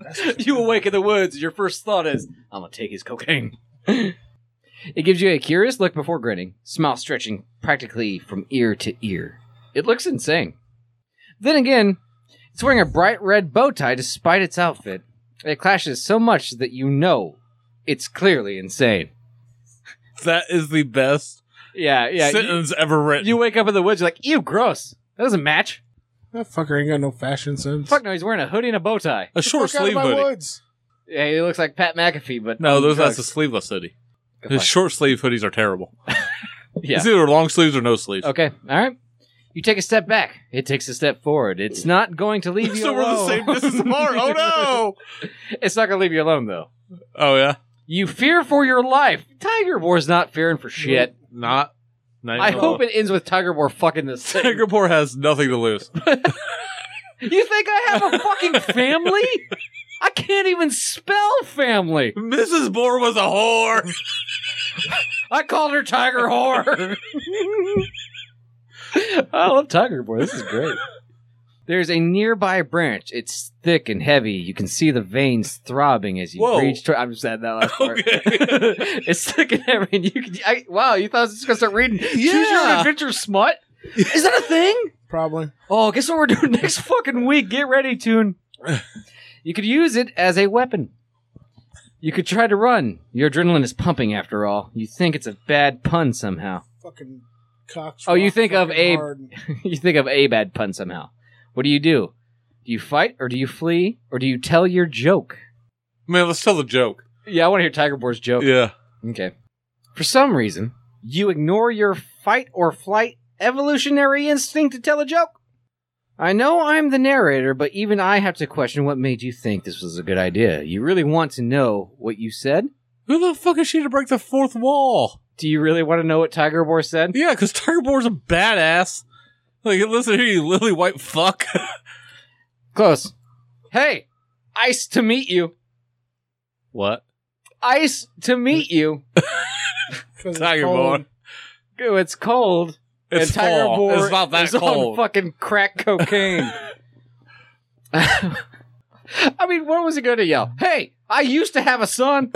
Speaker 4: That's
Speaker 1: <laughs> you awake in the woods, and your first thought is, I'm gonna take his cocaine. <laughs> it gives you a curious look before grinning, smile stretching practically from ear to ear. It looks insane. Then again, it's wearing a bright red bow tie despite its outfit. It clashes so much that you know it's clearly insane.
Speaker 2: That is the best
Speaker 1: Yeah, yeah. You,
Speaker 2: sentence ever written.
Speaker 1: you wake up in the woods, you're like, ew, gross. That doesn't match.
Speaker 4: That fucker ain't got no fashion sense.
Speaker 1: Fuck no, he's wearing a hoodie and a bow tie.
Speaker 2: a
Speaker 4: Get the
Speaker 2: short
Speaker 4: fuck out of
Speaker 2: sleeve
Speaker 4: my
Speaker 2: hoodie.
Speaker 4: woods.
Speaker 1: Yeah, he looks like Pat McAfee, but
Speaker 2: No,
Speaker 1: on
Speaker 2: those that's a
Speaker 1: Oh, drugs.
Speaker 2: sleeveless hoodie.
Speaker 1: Go
Speaker 2: His
Speaker 1: fuck.
Speaker 2: short sleeve hoodies are terrible.
Speaker 1: Yeah.
Speaker 2: It's either long sleeves or no sleeves.
Speaker 1: Okay. All right. You take a step back. It takes a step forward. It's not going
Speaker 2: <laughs>
Speaker 1: to leave you
Speaker 2: so we're
Speaker 1: alone.
Speaker 2: the same
Speaker 1: <laughs>
Speaker 2: distance apart. Oh no!
Speaker 1: It's not going to leave you alone though.
Speaker 2: Oh yeah.
Speaker 1: You fear for your life. Tiger Boar's not fearing for
Speaker 2: <laughs>
Speaker 1: shit.
Speaker 2: Not. not
Speaker 1: I hope it ends with Tiger Boar fucking this thing.
Speaker 2: Singapore has nothing to <laughs> lose.
Speaker 1: You think I have a fucking
Speaker 2: <laughs>
Speaker 1: family? I can't even spell family.
Speaker 2: Mrs. Bohr was a whore.
Speaker 1: I called her Tiger Whore. I love Tiger Boy. This is great. There's a nearby branch. It's thick and heavy. You can see the veins throbbing as you
Speaker 2: Whoa.
Speaker 1: reach. toward I'm just adding that last part.
Speaker 2: Okay.
Speaker 1: <laughs> it's thick and heavy. And you can. I, wow, you thought I was just gonna start reading? Choose your own
Speaker 2: Yeah.
Speaker 1: adventure, smut. Is that a thing?
Speaker 4: Probably.
Speaker 1: Oh, guess what we're doing <laughs> next fucking week? Get ready, Tune. You could use it as a weapon. You could try to run. Your adrenaline is pumping after all. You think it's a bad pun somehow. <laughs>
Speaker 4: Fucking cocks.
Speaker 1: Oh, you think of
Speaker 4: fucking
Speaker 1: Abe.
Speaker 4: hard.
Speaker 1: you think of a bad pun somehow. What do you do? Do you fight or do you flee or do you tell your joke?
Speaker 2: Man, let's tell the joke.
Speaker 1: Yeah, I want to hear Tiger Boar's joke.
Speaker 2: Yeah.
Speaker 1: Okay. For some reason, you ignore your fight or flight evolutionary instinct to tell a joke. I know I'm the narrator, but even I have to question what made you think this was a good idea. You really want to know what you said?
Speaker 2: Who the fuck is she to break the fourth wall?
Speaker 1: Do you really want to know what Tiger Boar said?
Speaker 2: Yeah, because Tiger Boar's a badass. Like, listen here, you lily white fuck.
Speaker 1: Close. Hey, ice to meet you.
Speaker 2: What?
Speaker 1: Ice to meet you.
Speaker 4: 'Cause it's
Speaker 2: Tiger
Speaker 4: cold.
Speaker 2: Boar.
Speaker 1: Ooh, It's cold.
Speaker 2: It's
Speaker 1: and Tiger
Speaker 2: fall.
Speaker 1: Boar
Speaker 2: it's not that
Speaker 1: is on
Speaker 2: cold.
Speaker 1: fucking crack
Speaker 2: <laughs>
Speaker 1: cocaine. I mean, what was he going to yell? Hey, I used to have a son.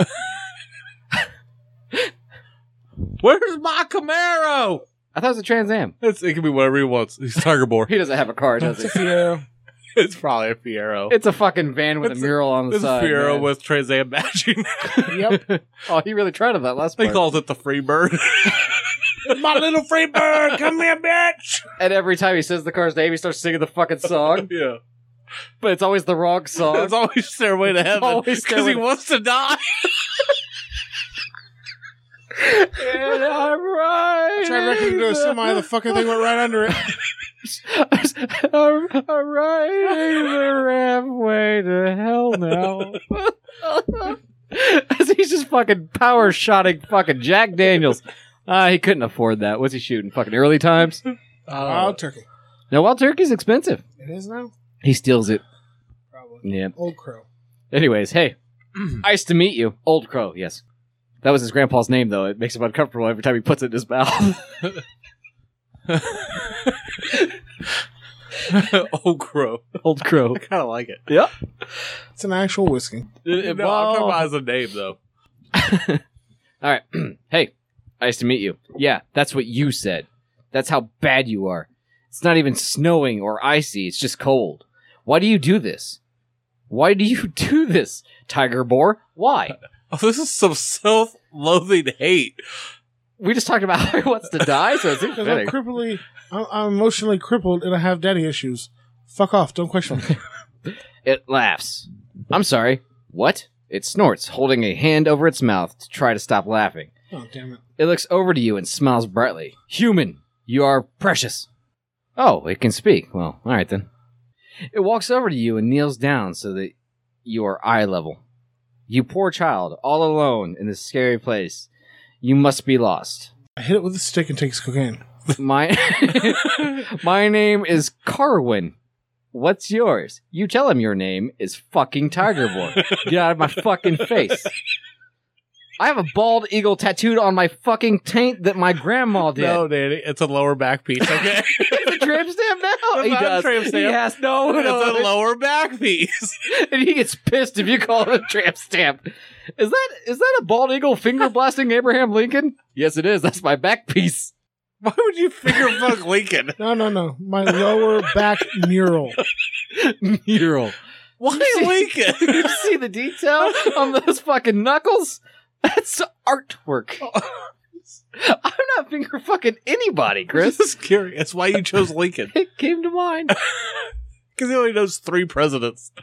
Speaker 2: Where's my Camaro?
Speaker 1: I thought it was a Trans Am.
Speaker 2: It's, it can be whatever he wants. He's Tiger Boar.
Speaker 1: <laughs> He doesn't have a car, does
Speaker 4: It's a
Speaker 1: he?
Speaker 4: Fiero.
Speaker 2: <laughs> it's probably a Fiero.
Speaker 1: It's a fucking van with
Speaker 2: It's
Speaker 1: a
Speaker 2: a-
Speaker 1: mural on the
Speaker 2: It's a
Speaker 1: side.
Speaker 2: Fiero
Speaker 1: man.
Speaker 2: with Trans Am matching.
Speaker 4: Yep.
Speaker 1: <laughs> oh, he really tried on that last
Speaker 2: <laughs> he
Speaker 1: part.
Speaker 2: calls it the free bird.
Speaker 4: My little free
Speaker 1: <laughs>
Speaker 4: bird, come here, bitch.
Speaker 1: and every time he says the car's name, he starts singing the fucking song,
Speaker 2: <laughs> yeah.
Speaker 1: but <laughs> it's always the wrong song.
Speaker 2: It's always Stairway to Heaven.
Speaker 1: always
Speaker 2: Because
Speaker 1: Stairway
Speaker 2: he
Speaker 1: to-
Speaker 2: wants to die.
Speaker 1: and I'm right.
Speaker 4: Tried wrecking into
Speaker 1: <laughs>
Speaker 4: a semi. The fucking thing went right under it.
Speaker 1: I'm, I'm riding the rampway to hell now. <laughs> As he's just fucking power shotting fucking Jack Daniels. Uh, he couldn't afford that. What's he shooting? Fucking early times? Oh.
Speaker 4: Wild turkey.
Speaker 1: No, wild turkey's expensive.
Speaker 4: It is now.
Speaker 1: He steals it.
Speaker 4: Probably.
Speaker 1: Yeah.
Speaker 4: Old crow.
Speaker 1: Anyways, <clears throat> hey. nice to meet you. Old Crow, yes. That was his grandpa's name, though. It makes him uncomfortable every time he puts it in his mouth.
Speaker 2: <laughs> oh, crow.
Speaker 1: <laughs> Old Crow.
Speaker 2: Kind of like it.
Speaker 1: Yep.
Speaker 4: It's an actual whiskey.
Speaker 2: It-
Speaker 1: <laughs>
Speaker 2: it-
Speaker 1: No.
Speaker 2: I'm talking about as a name, though.
Speaker 1: All right. <clears throat> hey, nice to meet you. Yeah, that's what you said. That's how bad you are. It's not even snowing or icy, it's just cold. <laughs> Why do you do this? Why do you do this, Tiger Boar? Why?
Speaker 2: Oh, this is some self loathing hate.
Speaker 1: We just talked about <laughs> how he wants to die, so it's
Speaker 4: Because I'm
Speaker 1: fitting.
Speaker 4: cripply, I'm, I'm emotionally crippled, and I have daddy issues. Fuck off! Don't question
Speaker 1: <laughs>
Speaker 4: me.
Speaker 1: It laughs. I'm sorry. What? It snorts, holding a hand over its mouth to try to stop laughing.
Speaker 4: oh damn it!
Speaker 1: It looks over to you and smiles brightly. Human, you are precious. Oh, it can speak. Well, all right then. It walks over to you and kneels down so that you are eye level. You poor child, all alone in this scary place. You must be lost.
Speaker 4: I hit it with a stick and takes cocaine.
Speaker 1: My <laughs> My name is Carwin. What's yours? You tell him your name is fucking Tiger Boy. Get out of my fucking face. I have a bald eagle tattooed on my fucking taint that my grandma did.
Speaker 2: No, Danny, it's a lower back piece. Okay, <laughs>
Speaker 1: It's a tramp stamp now.
Speaker 2: It's
Speaker 1: he
Speaker 2: not a
Speaker 1: does.
Speaker 2: tramp
Speaker 1: He
Speaker 2: stamp.
Speaker 1: has no.
Speaker 2: Oh, it's
Speaker 1: no.
Speaker 2: a lower back piece.
Speaker 1: and he gets pissed if you call it a tramp stamp. Is that is that a bald eagle finger blasting Abraham Lincoln? Yes, it is. That's my back piece.
Speaker 2: Why would you <laughs> finger fuck Lincoln?
Speaker 4: No, no, no. My lower back mural.
Speaker 1: Mural.
Speaker 2: <laughs>
Speaker 1: <laughs>
Speaker 2: Why
Speaker 1: see-
Speaker 2: Lincoln?
Speaker 1: you see the detail on those fucking knuckles? That's artwork. I'm not finger fucking
Speaker 2: <laughs>
Speaker 1: anybody, Chris.
Speaker 2: Just curious why you chose Lincoln
Speaker 1: It came to mind.
Speaker 2: because he only knows three presidents.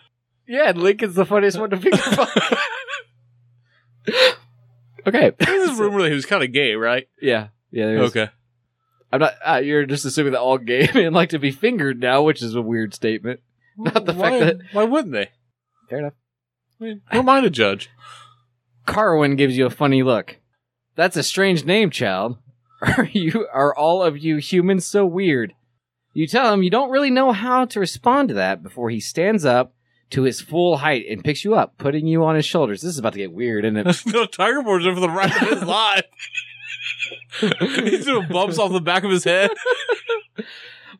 Speaker 1: Yeah, and Lincoln's the funniest one to finger fuck. <laughs> okay. <laughs>
Speaker 2: There's a rumor that he was kind of gay, right?
Speaker 1: Yeah. Yeah. There is. I'm not. Uh, you're just assuming that all gay <laughs> men like to be fingered now, which is a weird statement. Not the
Speaker 2: why,
Speaker 1: fact that.
Speaker 2: why wouldn't they?
Speaker 1: Fair enough.
Speaker 2: I mean, who am I to judge?
Speaker 1: Carwin gives you a funny look. That's a strange name, child. <laughs> Are you are all of you humans so weird? You tell him you don't really know how to respond to that before he stands up to his full height and picks you up, putting you on his shoulders. This is about to get weird, isn't it?
Speaker 2: <laughs> There's no tiger boards for the rest of
Speaker 1: <laughs>
Speaker 2: his life. He's doing bumps off the back of his head.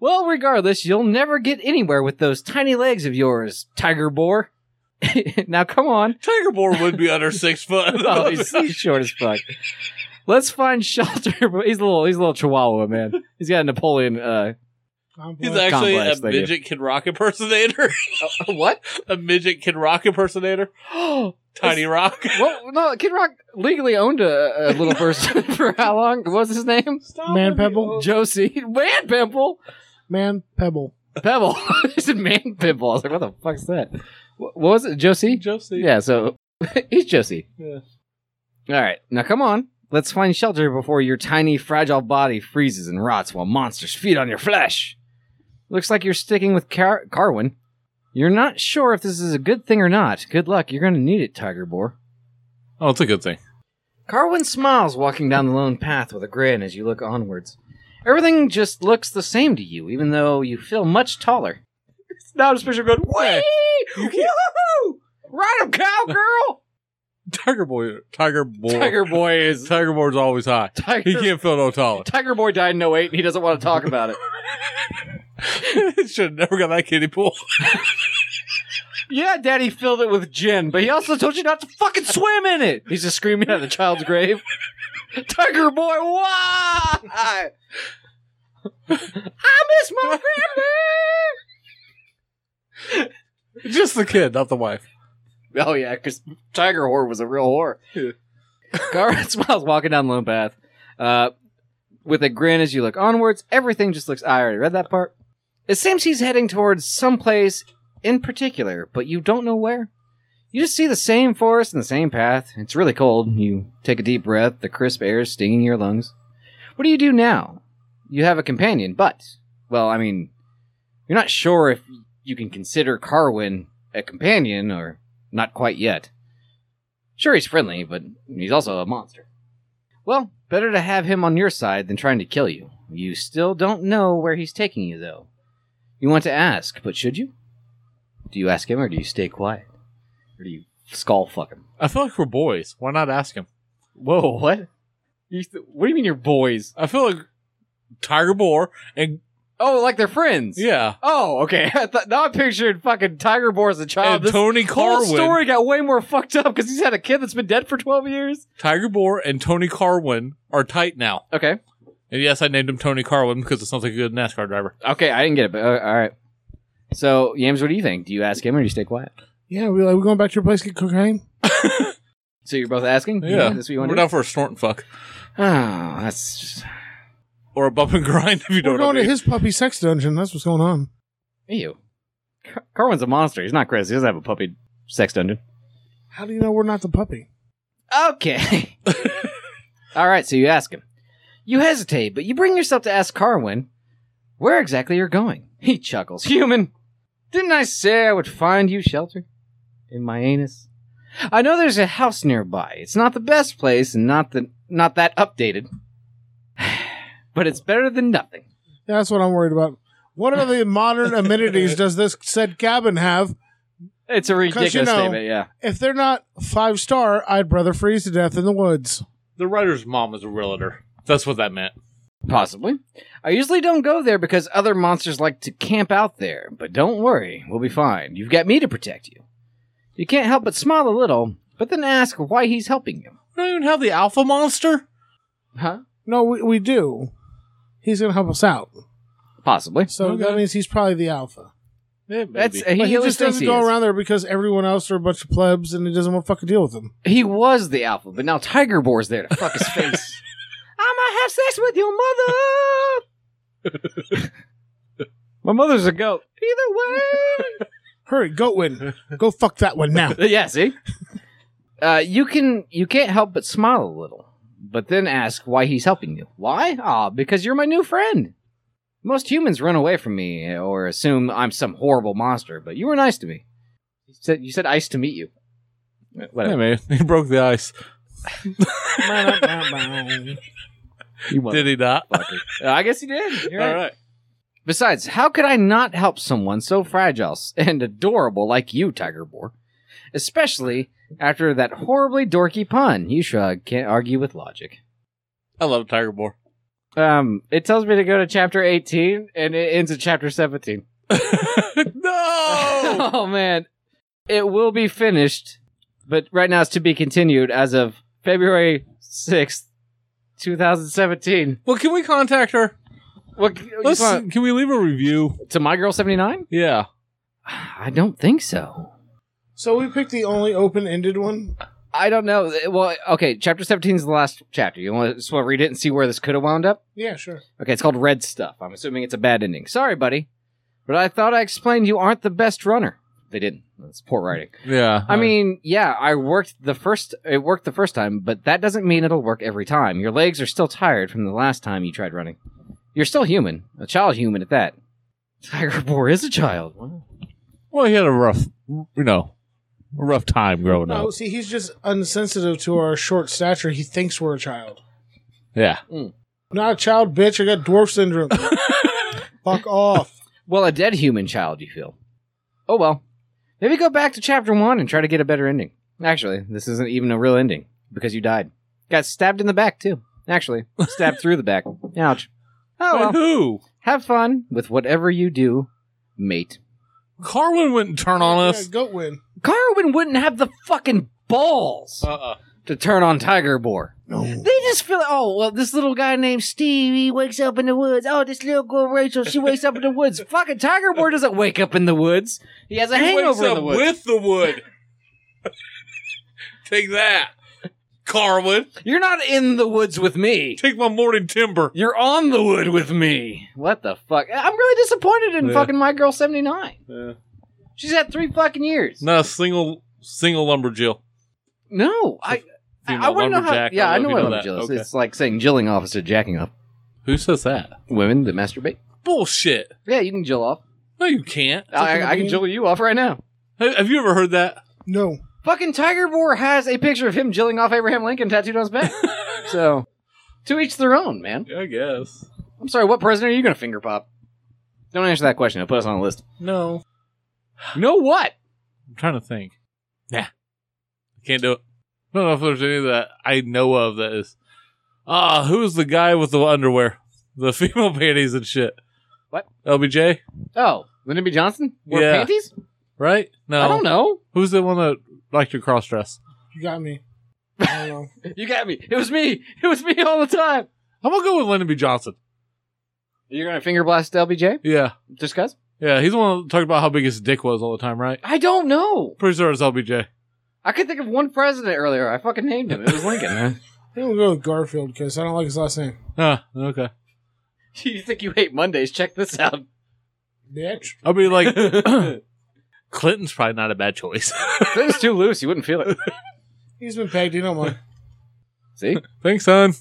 Speaker 1: well, regardless, you'll never get anywhere with those tiny legs of yours, tiger boar. <laughs> now come
Speaker 2: <laughs>
Speaker 1: on.
Speaker 2: Tiger boar would be under six foot.
Speaker 1: <laughs> Oh, he's, he's short as fuck. Let's find shelter. <laughs> But he's a little he's a little chihuahua, man. He's got a Napoleon uh
Speaker 4: I'm
Speaker 2: He's
Speaker 4: black.
Speaker 2: actually
Speaker 1: complex,
Speaker 2: a
Speaker 1: thank you.
Speaker 2: midget Kid
Speaker 1: <laughs>
Speaker 2: Rock impersonator.
Speaker 1: what?
Speaker 2: a midget Kid Rock
Speaker 1: <gasps>
Speaker 2: impersonator.
Speaker 1: well,
Speaker 2: Tiny Rock.
Speaker 1: no, Kid Rock legally owned a, a little person <laughs> for how long? What was his name?
Speaker 4: Man Pebble?
Speaker 1: Josie. Man Pimple.
Speaker 4: Man Pebble.
Speaker 1: Pebble. <laughs> I said Man Pimple. I was like, what the fuck's that? Wh- What was it? <laughs> Josie?
Speaker 2: Josie.
Speaker 1: Yeah, so <laughs> he's Josie.
Speaker 2: Yeah.
Speaker 1: All right, now come on. Let's find shelter before your tiny, fragile body freezes and rots while monsters feed on your flesh. Looks like you're sticking with Car- Carwin. You're not sure if this is a good thing or not. Good luck. You're going to need it, Tiger Boar.
Speaker 2: Oh, it's a good thing.
Speaker 1: Carwin smiles walking down the lone path with a grin as you look onwards. Everything just looks the same to you, even though you feel much taller. Now this picture going, wee! Woohoo! Ride him, cowgirl!
Speaker 2: Tiger boy. Tiger boy.
Speaker 1: Tiger boy is.
Speaker 2: Tiger boar's always high.
Speaker 1: <laughs>
Speaker 2: He
Speaker 1: Tiger,
Speaker 2: can't feel
Speaker 1: <laughs>
Speaker 2: no taller. <laughs>
Speaker 1: Tiger boy died in 08 and he doesn't want to talk <laughs> about it.
Speaker 2: Should have never got that kiddie pool.
Speaker 1: yeah, daddy filled it with gin, but he also told you not to fucking swim in it! He's just screaming at the child's grave. <laughs> Tiger boy, <laughs> why? I miss my grandma!
Speaker 2: Just the kid, not the wife.
Speaker 1: <laughs> Oh yeah, because Tiger Whore was a real whore. <laughs>
Speaker 2: Yeah.
Speaker 1: Garwin smiles walking down the lone path, uh, with a grin as you look onwards. Everything just looks. I already read that part. It seems he's heading towards some place in particular, but you don't know where. You just see the same forest and the same path. It's really cold. You take a deep breath. The crisp air is stinging your lungs. What do you do now? You have a companion, but well, I mean, you're not sure if you can consider Carwin a companion or not quite yet. Sure, he's friendly, but he's also a monster. Well, better to have him on your side than trying to kill you. You still don't know where he's taking you, though. You want to ask, but should you? Do you ask him, or do you stay quiet? Or do you skull fuck him?
Speaker 2: I feel like we're boys. Why not ask him?
Speaker 1: Whoa, what? You what do you mean you're boys?
Speaker 2: I feel like Tiger Boar and
Speaker 1: Oh, like they're friends?
Speaker 2: yeah,
Speaker 1: Oh, okay. <laughs> I thought, now I pictured fucking Tiger Boar as a child.
Speaker 2: and
Speaker 1: this
Speaker 2: Tony
Speaker 1: whole
Speaker 2: Carwin.
Speaker 1: story got way more <laughs> fucked up because he's had a kid that's been dead for 12 years.
Speaker 2: Tiger Boar and Tony Carwin are tight now.
Speaker 1: Okay.
Speaker 2: And yes, I named him Tony Carwin because it sounds like a good NASCAR driver.
Speaker 1: Okay, I didn't get it, but uh, all right. So, Yams, what do you think? Do you ask him or do you stay quiet?
Speaker 4: Yeah, we like, we going back to your place to get cocaine?
Speaker 1: So you're both asking?
Speaker 2: Yeah.
Speaker 1: that's what you want
Speaker 2: We're
Speaker 1: to do.
Speaker 2: down for a snort and fuck.
Speaker 1: Oh, that's just
Speaker 2: Or a bump and grind <laughs> if you
Speaker 4: We're
Speaker 2: don't know.
Speaker 4: going to his puppy sex dungeon. That's what's going on.
Speaker 1: ew. Car- Carwin's a monster. He's not crazy. He doesn't have a puppy sex dungeon.
Speaker 4: How do you know we're not the puppy?
Speaker 1: Okay. <laughs> All right, so you ask him. You hesitate, but you bring yourself to ask Carwin where exactly you're going. He chuckles. Human, didn't I say I would find you shelter? In my anus? I know there's a house nearby. It's not the best place and not the not that updated. <sighs> but it's better than nothing.
Speaker 4: That's what I'm worried about. What are the modern amenities does this said cabin have?
Speaker 1: It's a ridiculous
Speaker 4: you know-
Speaker 1: statement, yeah.
Speaker 4: If they're not five star, I'd rather freeze to death in the woods.
Speaker 2: The writer's mom is a realtor. That's what that meant.
Speaker 1: Possibly. I usually don't go there because other monsters like to camp out there, but don't worry, we'll be fine. You've got me to protect you. You can't help but smile a little, but then ask why he's helping you.
Speaker 2: We don't even have the alpha monster.
Speaker 1: Huh?
Speaker 4: No, we, we do. He's going to help us out.
Speaker 1: Possibly.
Speaker 4: So
Speaker 2: Okay.
Speaker 4: that means he's probably the alpha.
Speaker 2: Yeah,
Speaker 1: That's,
Speaker 2: maybe.
Speaker 1: he,
Speaker 4: But he,
Speaker 1: always
Speaker 4: just
Speaker 1: thinks
Speaker 4: doesn't
Speaker 1: he
Speaker 4: go
Speaker 1: is.
Speaker 4: around there because everyone else are a bunch of plebs and he doesn't want to fucking deal with them.
Speaker 1: He was the alpha, but now Tiger Boar's there to
Speaker 4: <laughs>
Speaker 1: fuck his face. I'ma have sex with your mother. My mother's a goat. Either
Speaker 4: Hurry, goat win. Go fuck that one now.
Speaker 1: way. yeah, see. Uh, you can you can't help but smile a little, but then ask why he's helping you. Why? Ah, because you're my new friend. Most humans run away from me or assume I'm some horrible monster, but you were nice to me. You said you said ice to meet you.
Speaker 2: yeah,
Speaker 1: Whatever.
Speaker 2: man. <laughs> He broke the ice.
Speaker 1: <laughs> You
Speaker 2: Did he not?
Speaker 1: motherfucker. Uh, I guess you did. You're right.
Speaker 2: All right.
Speaker 1: Besides, how could I not help someone so fragile and adorable like you, Tiger Boar? Especially after that horribly dorky pun. You shrug. Can't argue with logic.
Speaker 2: I love Tiger Boar. <laughs>
Speaker 1: Um, it tells me to go to chapter 18, and it ends at chapter 17.
Speaker 2: <laughs> no!
Speaker 1: <laughs> oh man, it will be finished, but right now it's to be continued as of February 6th, 2017.
Speaker 2: well, can we contact her?
Speaker 1: What, you
Speaker 2: Let's,
Speaker 1: want-
Speaker 2: can we leave a review?
Speaker 1: to my girl 79?
Speaker 2: Yeah.
Speaker 1: I don't think so.
Speaker 4: So we picked the only open ended one.
Speaker 1: I don't know. Well, okay, chapter 17 is the last chapter. You want to just want to read it and see where this could have wound up?
Speaker 4: Yeah, sure.
Speaker 1: Okay, it's called Red Stuff. I'm assuming it's a bad ending. Sorry, buddy. But I thought I explained you aren't the best runner. They didn't. That's poor writing.
Speaker 2: Yeah.
Speaker 1: I mean, yeah, I worked the first it worked the first time, but that doesn't mean it'll work every time. Your legs are still tired from the last time you tried running. You're still human, a child human at that. <laughs> Tiger Boar is a child. Wow.
Speaker 2: well, he had a rough, you know, a rough time growing
Speaker 4: No,
Speaker 2: up.
Speaker 4: see, he's just unsensitive to our short stature. He thinks we're a child.
Speaker 2: <laughs> Yeah.
Speaker 4: I'm not a child, bitch. I got dwarf syndrome. Fuck off.
Speaker 1: Well, a dead human child, you feel. Oh well. Maybe go back to chapter one and try to get a better ending. Actually, this isn't even a real ending because you died. Got stabbed in the back, too. <laughs> Actually, stabbed through the back. Ouch. Oh
Speaker 2: By
Speaker 1: <laughs> well.
Speaker 2: who?
Speaker 1: Have fun with whatever you do, mate.
Speaker 2: Carwin wouldn't turn on
Speaker 4: Yeah,
Speaker 2: us.
Speaker 4: goat win.
Speaker 1: Carwin wouldn't have the fucking balls
Speaker 2: uh-uh.
Speaker 1: to turn on Tiger Boar.
Speaker 4: No.
Speaker 1: They just feel oh well, this little guy named Steve he wakes up in the woods. Oh, this little girl Rachel she wakes up in the <laughs> woods. Fucking Tiger Boar doesn't wake up in the woods. He has a
Speaker 2: He
Speaker 1: hangover
Speaker 2: wakes
Speaker 1: in
Speaker 2: up
Speaker 1: the woods.
Speaker 2: with the wood. <laughs> Take that, Carwin.
Speaker 1: You're not in the woods with me.
Speaker 2: Take my morning timber.
Speaker 1: You're on the wood with me. What the fuck? I'm really disappointed in
Speaker 2: Yeah.
Speaker 1: fucking my girl 79.
Speaker 2: Yeah.
Speaker 1: She's had three fucking years.
Speaker 2: Not a single single lumberjill.
Speaker 1: No, I I,
Speaker 2: Female
Speaker 1: I wouldn't know how.
Speaker 2: lumberjack.
Speaker 1: Yeah, I
Speaker 2: don't
Speaker 1: know
Speaker 2: if you
Speaker 1: what
Speaker 2: that.
Speaker 1: I'm jealous.
Speaker 2: Okay.
Speaker 1: It's like saying jilling off instead of jacking off.
Speaker 2: Who says that?
Speaker 1: Women that masturbate.
Speaker 2: Bullshit.
Speaker 1: Yeah, you can jill off.
Speaker 2: No, you can't.
Speaker 1: I, I can jill you off right now.
Speaker 2: Have have you ever heard that?
Speaker 4: No.
Speaker 1: Fucking Tiger Boar has a picture of him jilling off Abraham Lincoln tattooed on his
Speaker 2: <laughs>
Speaker 1: back. so, to each their own, man.
Speaker 2: I guess.
Speaker 1: I'm sorry, what president are you going to finger pop? Don't answer that question. It'll put us on a list.
Speaker 2: No.
Speaker 1: No, what?
Speaker 2: I'm trying to think. Nah. Can't do it. I don't know if there's any that I know of that is. Ah, who's the guy with the underwear? The <laughs> female panties and shit.
Speaker 1: What?
Speaker 2: LBJ?
Speaker 1: Oh, Lyndon B. Johnson? Wore
Speaker 2: Yeah.
Speaker 1: panties?
Speaker 2: Right? No.
Speaker 1: I don't know.
Speaker 2: Who's the one that liked to cross dress?
Speaker 4: You got me. I don't know. <laughs>
Speaker 1: You got me. It was me. It was me all the time.
Speaker 2: I'm gonna go with Lyndon B. Johnson.
Speaker 1: You're gonna finger blast LBJ?
Speaker 2: Yeah.
Speaker 1: Just cause?
Speaker 2: Yeah, he's the one that talked about how big his dick was all the time, right?
Speaker 1: I don't know.
Speaker 2: Pretty sure it's LBJ.
Speaker 1: I could think of one president earlier. I fucking named him. It was Lincoln.
Speaker 2: <laughs>
Speaker 1: man.
Speaker 4: I think we'll go with Garfield because I don't like his last name.
Speaker 2: Huh, okay.
Speaker 1: you think you hate Mondays? Check this out.
Speaker 4: Bitch.
Speaker 2: I'll be <laughs> like, Clinton's probably not a bad choice. <laughs>
Speaker 1: It was too loose. You wouldn't feel it.
Speaker 4: He's been pegged. You don't mind.
Speaker 1: See?
Speaker 2: Thanks, son.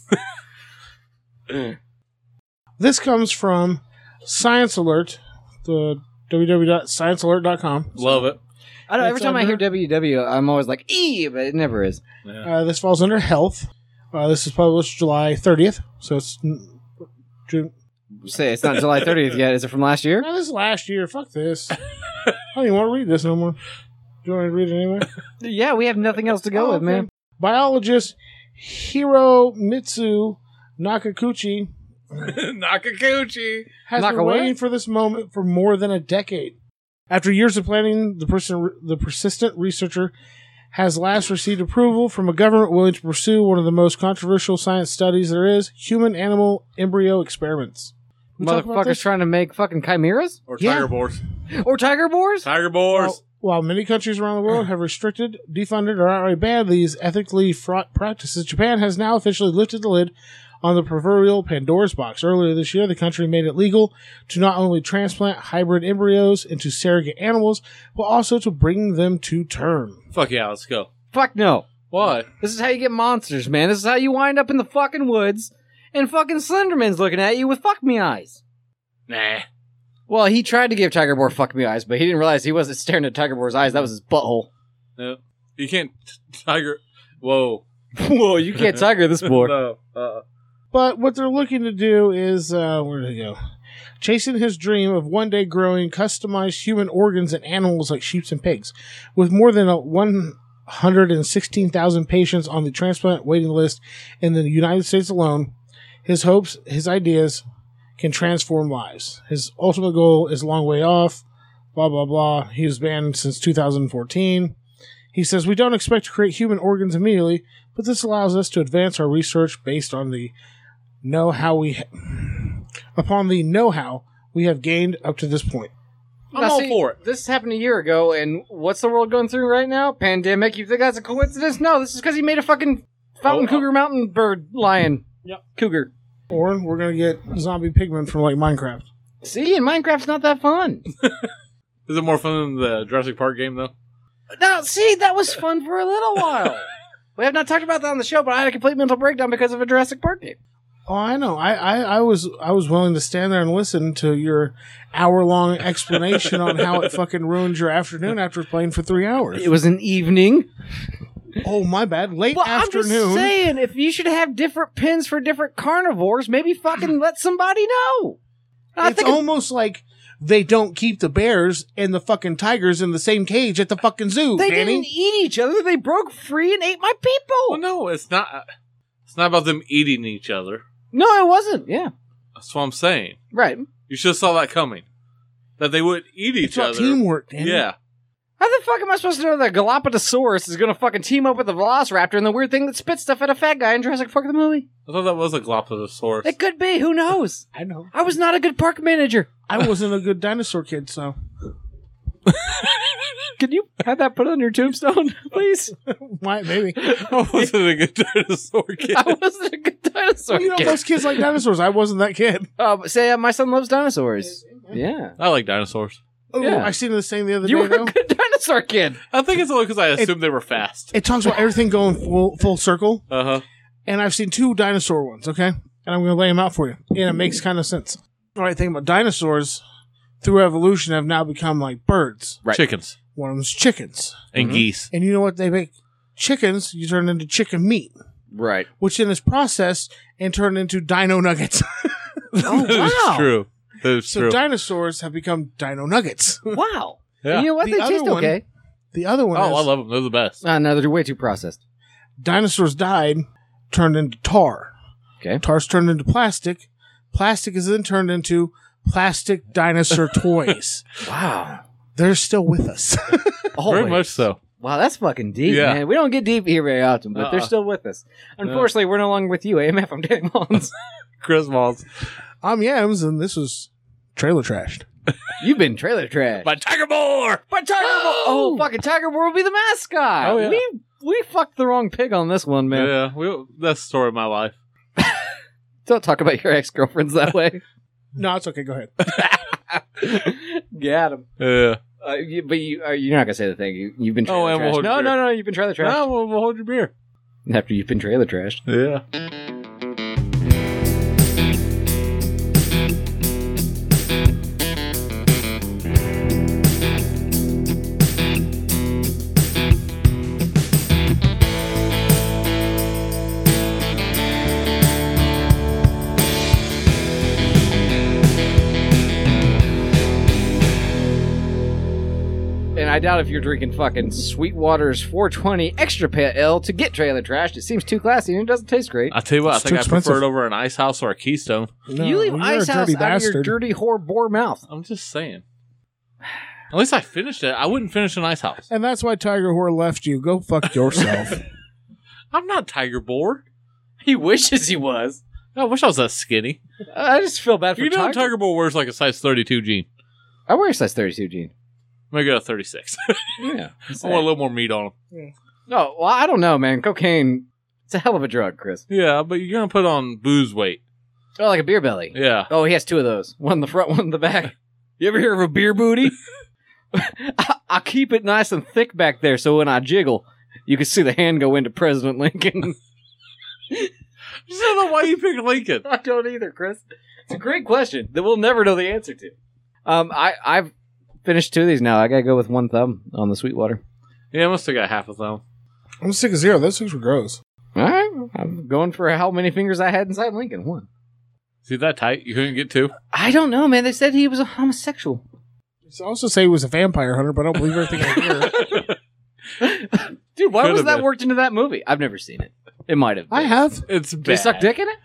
Speaker 4: This comes from Science Alert, the www.sciencealert.com.
Speaker 2: Love it.
Speaker 1: I don't,
Speaker 4: It's
Speaker 1: every time I hear WW, I'm always like, E, but it never is.
Speaker 4: Uh, this falls under health. Uh, this is published July 30th, so it's n- June.
Speaker 1: Say, it's not July 30th yet. Is it from last year?
Speaker 4: No, this is last year. Fuck this. I don't even want to read this no more. Do you want me to read it anyway?
Speaker 1: Yeah, we have nothing else to go
Speaker 4: Oh,
Speaker 1: with, man.
Speaker 4: okay. Biologist Hiro Mitsu Nakakuchi
Speaker 2: <laughs> Nakaguchi.
Speaker 4: has
Speaker 1: Naka
Speaker 4: been
Speaker 1: what?
Speaker 4: waiting for this moment for more than a decade. After years of planning, the person, the persistent researcher, has last received approval from a government willing to pursue one of the most controversial science studies there is: human-animal embryo experiments. We talk about
Speaker 1: Motherfuckers
Speaker 4: this?
Speaker 1: trying to make fucking chimeras?
Speaker 2: Or
Speaker 4: Yeah.
Speaker 2: Tiger Boars.
Speaker 1: Or tiger boars?
Speaker 2: Tiger Boars.
Speaker 4: While many countries around the world have restricted, defunded, or outright banned these ethically fraught practices, Japan has now officially lifted the lid on the proverbial Pandora's box. Earlier this year, the country made it legal to not only transplant hybrid embryos into surrogate animals, but also to bring them to term.
Speaker 2: Fuck yeah, let's go.
Speaker 1: Fuck no.
Speaker 2: Why?
Speaker 1: This is how you get monsters, man. This is how you wind up in the fucking woods and fucking Slenderman's looking at you with fuck me eyes.
Speaker 2: Nah.
Speaker 1: Well, he tried to give Tiger Boar fuck me eyes, but he didn't realize he wasn't staring at Tiger Boar's eyes. That was his butthole. <laughs>
Speaker 2: No. You can't t- Tiger. Whoa.
Speaker 1: Whoa, you can't Tiger this boar.
Speaker 2: No. Uh,
Speaker 4: But what they're looking to do is, uh, where did it go? Chasing his dream of one day growing customized human organs and animals like sheep and pigs. With more than a 116,000 patients on the transplant waiting list in the United States alone, his hopes, his ideas can transform lives. His ultimate goal is a long way off, blah, blah, blah. He was banned since 2014. He says, We don't expect to create human organs immediately, but this allows us to advance our research based on the know how we upon the know how we have gained up to this point.
Speaker 2: I'm
Speaker 1: Now,
Speaker 2: all
Speaker 1: see,
Speaker 2: for it.
Speaker 1: This happened a year ago, and what's the world going through right now? Pandemic. You think that's a coincidence? No, this is because he made a fucking fountain
Speaker 2: Oh, uh,
Speaker 1: cougar mountain bird lion.
Speaker 4: Yep.
Speaker 1: Cougar.
Speaker 4: Or we're gonna get zombie pigmen from like Minecraft.
Speaker 1: See, and Minecraft's not that fun.
Speaker 2: Is it more fun than the Jurassic Park game, though?
Speaker 1: <laughs> Now, see, that was fun for a little while. <laughs> we have not talked about that on the show, but I had a complete mental breakdown because of a Jurassic Park game.
Speaker 4: Oh, I know. I, I, I was I was willing to stand there and listen to your hour long explanation on how it fucking ruined your afternoon after playing for three hours.
Speaker 1: It was an evening.
Speaker 4: Oh my bad. Late
Speaker 1: Well, I'm just
Speaker 4: afternoon.
Speaker 1: saying, if you should have different pins for different carnivores, maybe <laughs> fucking let somebody know. I
Speaker 4: it's
Speaker 1: think it's-
Speaker 4: almost like they don't keep the bears and the fucking tigers in the same cage at the fucking zoo,
Speaker 1: they
Speaker 4: Danny.
Speaker 1: didn't eat each other. They broke free and ate my people.
Speaker 2: Well, no, it's not. It's not about them eating each other.
Speaker 1: No, it wasn't. Yeah.
Speaker 2: That's what I'm saying.
Speaker 1: Right.
Speaker 2: You should have saw that coming. That they would eat each
Speaker 4: it's about
Speaker 2: other.
Speaker 4: teamwork, Danny.
Speaker 2: yeah.
Speaker 1: How the fuck am I supposed to know that Galapagos is going to fucking team up with the Velociraptor and the weird thing that spits stuff at a fat guy in Jurassic Park the movie?
Speaker 2: I thought that was a Galapagos. <laughs>
Speaker 1: It could be. Who knows?
Speaker 4: I know.
Speaker 1: I was not a good park manager.
Speaker 4: I wasn't a good dinosaur kid, so <laughs>
Speaker 1: Can you have that put on your tombstone, <laughs> please?
Speaker 4: why maybe.
Speaker 2: I wasn't a good dinosaur kid.
Speaker 1: I wasn't a good
Speaker 4: <laughs>
Speaker 1: dinosaur.
Speaker 4: you know,
Speaker 1: kid.
Speaker 4: most kids like dinosaurs. I wasn't that kid.
Speaker 1: Uh, say, uh, my son loves dinosaurs. Yeah.
Speaker 2: I like dinosaurs.
Speaker 4: Oh,
Speaker 1: Yeah.
Speaker 4: I seen this thing the other
Speaker 1: You
Speaker 4: day.
Speaker 1: were a
Speaker 4: Though.
Speaker 1: good <laughs> dinosaur kid.
Speaker 2: I think it's only because I assumed they were fast.
Speaker 4: It talks about everything going full full circle,
Speaker 2: Uh huh.
Speaker 4: and I've seen two dinosaur ones. Okay, and I'm going to lay them out for you, and it makes kind of sense. All right, think about dinosaurs through evolution have now become like birds.
Speaker 1: Right.
Speaker 2: Chickens
Speaker 4: One of them's chickens,
Speaker 2: and
Speaker 1: Mhm.
Speaker 2: geese.
Speaker 4: and you know what they make? Chickens you turn into chicken meat,
Speaker 1: Right.
Speaker 4: which then is processed and turned into dino nuggets. <laughs>
Speaker 1: Oh,
Speaker 2: <laughs> that is
Speaker 1: wow.
Speaker 2: true. That is
Speaker 4: so
Speaker 2: true.
Speaker 4: dinosaurs have become dino nuggets.
Speaker 1: Wow.
Speaker 2: Yeah.
Speaker 1: And You know what?
Speaker 4: The
Speaker 1: they
Speaker 4: other
Speaker 1: taste
Speaker 4: one-
Speaker 1: okay.
Speaker 4: The other
Speaker 2: oh,
Speaker 4: one is
Speaker 2: I love them. They're the best.
Speaker 1: Uh, no, they're way too processed.
Speaker 4: dinosaurs died, turned into tar.
Speaker 1: Okay.
Speaker 4: Tar's turned into plastic. Plastic is then turned into plastic
Speaker 1: <laughs>
Speaker 4: dinosaur toys.
Speaker 1: Wow.
Speaker 4: They're still with us. <laughs>
Speaker 2: Very
Speaker 1: Always.
Speaker 2: much so.
Speaker 1: Wow, that's fucking deep,
Speaker 2: Yeah.
Speaker 1: man. We don't get deep here very often, but they're
Speaker 2: Uh-uh.
Speaker 1: still with us. Unfortunately, we're no longer with you, AMF.
Speaker 2: <laughs>
Speaker 1: I'm Danny Mullins.
Speaker 2: Chris Malls.
Speaker 4: I'm Yams, and this was Trailer Trashed.
Speaker 1: You've been trailer trash.
Speaker 2: By Tiger Moore!
Speaker 1: But Tiger Moore, oh, fucking Tiger Moore will be the mascot.
Speaker 2: Oh, yeah.
Speaker 1: We we fucked the wrong pig on this one, man.
Speaker 2: Yeah, we, that's the story of my life.
Speaker 1: Don't talk about your ex girlfriends that
Speaker 2: <laughs>
Speaker 1: way.
Speaker 4: No, it's okay. Go ahead.
Speaker 1: Got him.
Speaker 2: Yeah.
Speaker 1: Uh, you, but you are you're not gonna say the thing. You, you've been
Speaker 2: Oh,
Speaker 1: trailer
Speaker 2: and we'll
Speaker 1: trashed.
Speaker 2: hold
Speaker 1: No,
Speaker 2: your-
Speaker 1: no, no. You've been trailer trashed.
Speaker 2: Now we'll, we'll hold your beer.
Speaker 1: After you've been trailer trashed.
Speaker 2: Yeah.
Speaker 1: And I doubt if you're drinking fucking Sweetwater's 420 extra pale ale to get trailer trashed. It seems too classy and it doesn't taste great.
Speaker 2: I tell you what,
Speaker 4: It's
Speaker 2: I think
Speaker 4: too
Speaker 2: I prefer
Speaker 4: expensive.
Speaker 2: it over an ice house or a Keystone.
Speaker 4: No,
Speaker 1: you leave
Speaker 4: you're a
Speaker 1: ice house
Speaker 4: dirty
Speaker 1: out of your
Speaker 4: bastard.
Speaker 1: dirty whore bore mouth.
Speaker 2: I'm just saying. At least I finished it. I wouldn't finish an ice house.
Speaker 4: And that's why Tiger Whore left you. Go fuck
Speaker 1: <laughs>
Speaker 4: yourself.
Speaker 2: I'm not Tiger Boar.
Speaker 1: He wishes he was.
Speaker 2: <laughs> I wish I was that skinny.
Speaker 1: Uh, I just feel bad for
Speaker 2: you know,
Speaker 1: Tiger.
Speaker 2: Tiger, Boar wears like a size 32 jean.
Speaker 1: I wear a size 32 jean.
Speaker 2: Make it a 36.
Speaker 1: Yeah.
Speaker 2: <laughs>
Speaker 1: Oh,
Speaker 2: I want a little more meat on him.
Speaker 1: No, Oh, well, I don't know, man. Cocaine, it's a hell of a drug, Chris.
Speaker 2: Yeah, but you're gonna put on booze weight.
Speaker 1: Oh, like a beer belly.
Speaker 2: Yeah. <laughs>
Speaker 1: Oh, he has two of those. One in the front, one in the back. <laughs> You ever hear of a beer booty? <laughs> I, I keep it nice and thick back there, so when I jiggle, you can see the hand go into President Lincoln.
Speaker 2: I just don't know why you picked Lincoln.
Speaker 1: <laughs> I don't either, Chris. It's a great question that we'll never know the answer to. Um, I I've finished two of these now. I gotta go with one thumb on the Sweetwater.
Speaker 2: Yeah, I must have got half of them.
Speaker 4: I'm sick of zero. Those things were gross.
Speaker 1: All right, I'm going for how many fingers I had inside Lincoln. One.
Speaker 2: See that tight? You couldn't get two?
Speaker 1: I don't know, man. They said he was a homosexual.
Speaker 4: They also say he was a vampire hunter, but I don't believe everything I
Speaker 1: <laughs>
Speaker 4: hear.
Speaker 1: Dude, why
Speaker 2: Could
Speaker 1: was
Speaker 2: have
Speaker 1: that
Speaker 2: been.
Speaker 1: worked into that movie? I've never seen it. It might have.
Speaker 4: I
Speaker 1: been.
Speaker 4: have.
Speaker 2: It's bad.
Speaker 1: Did he suck dick in it?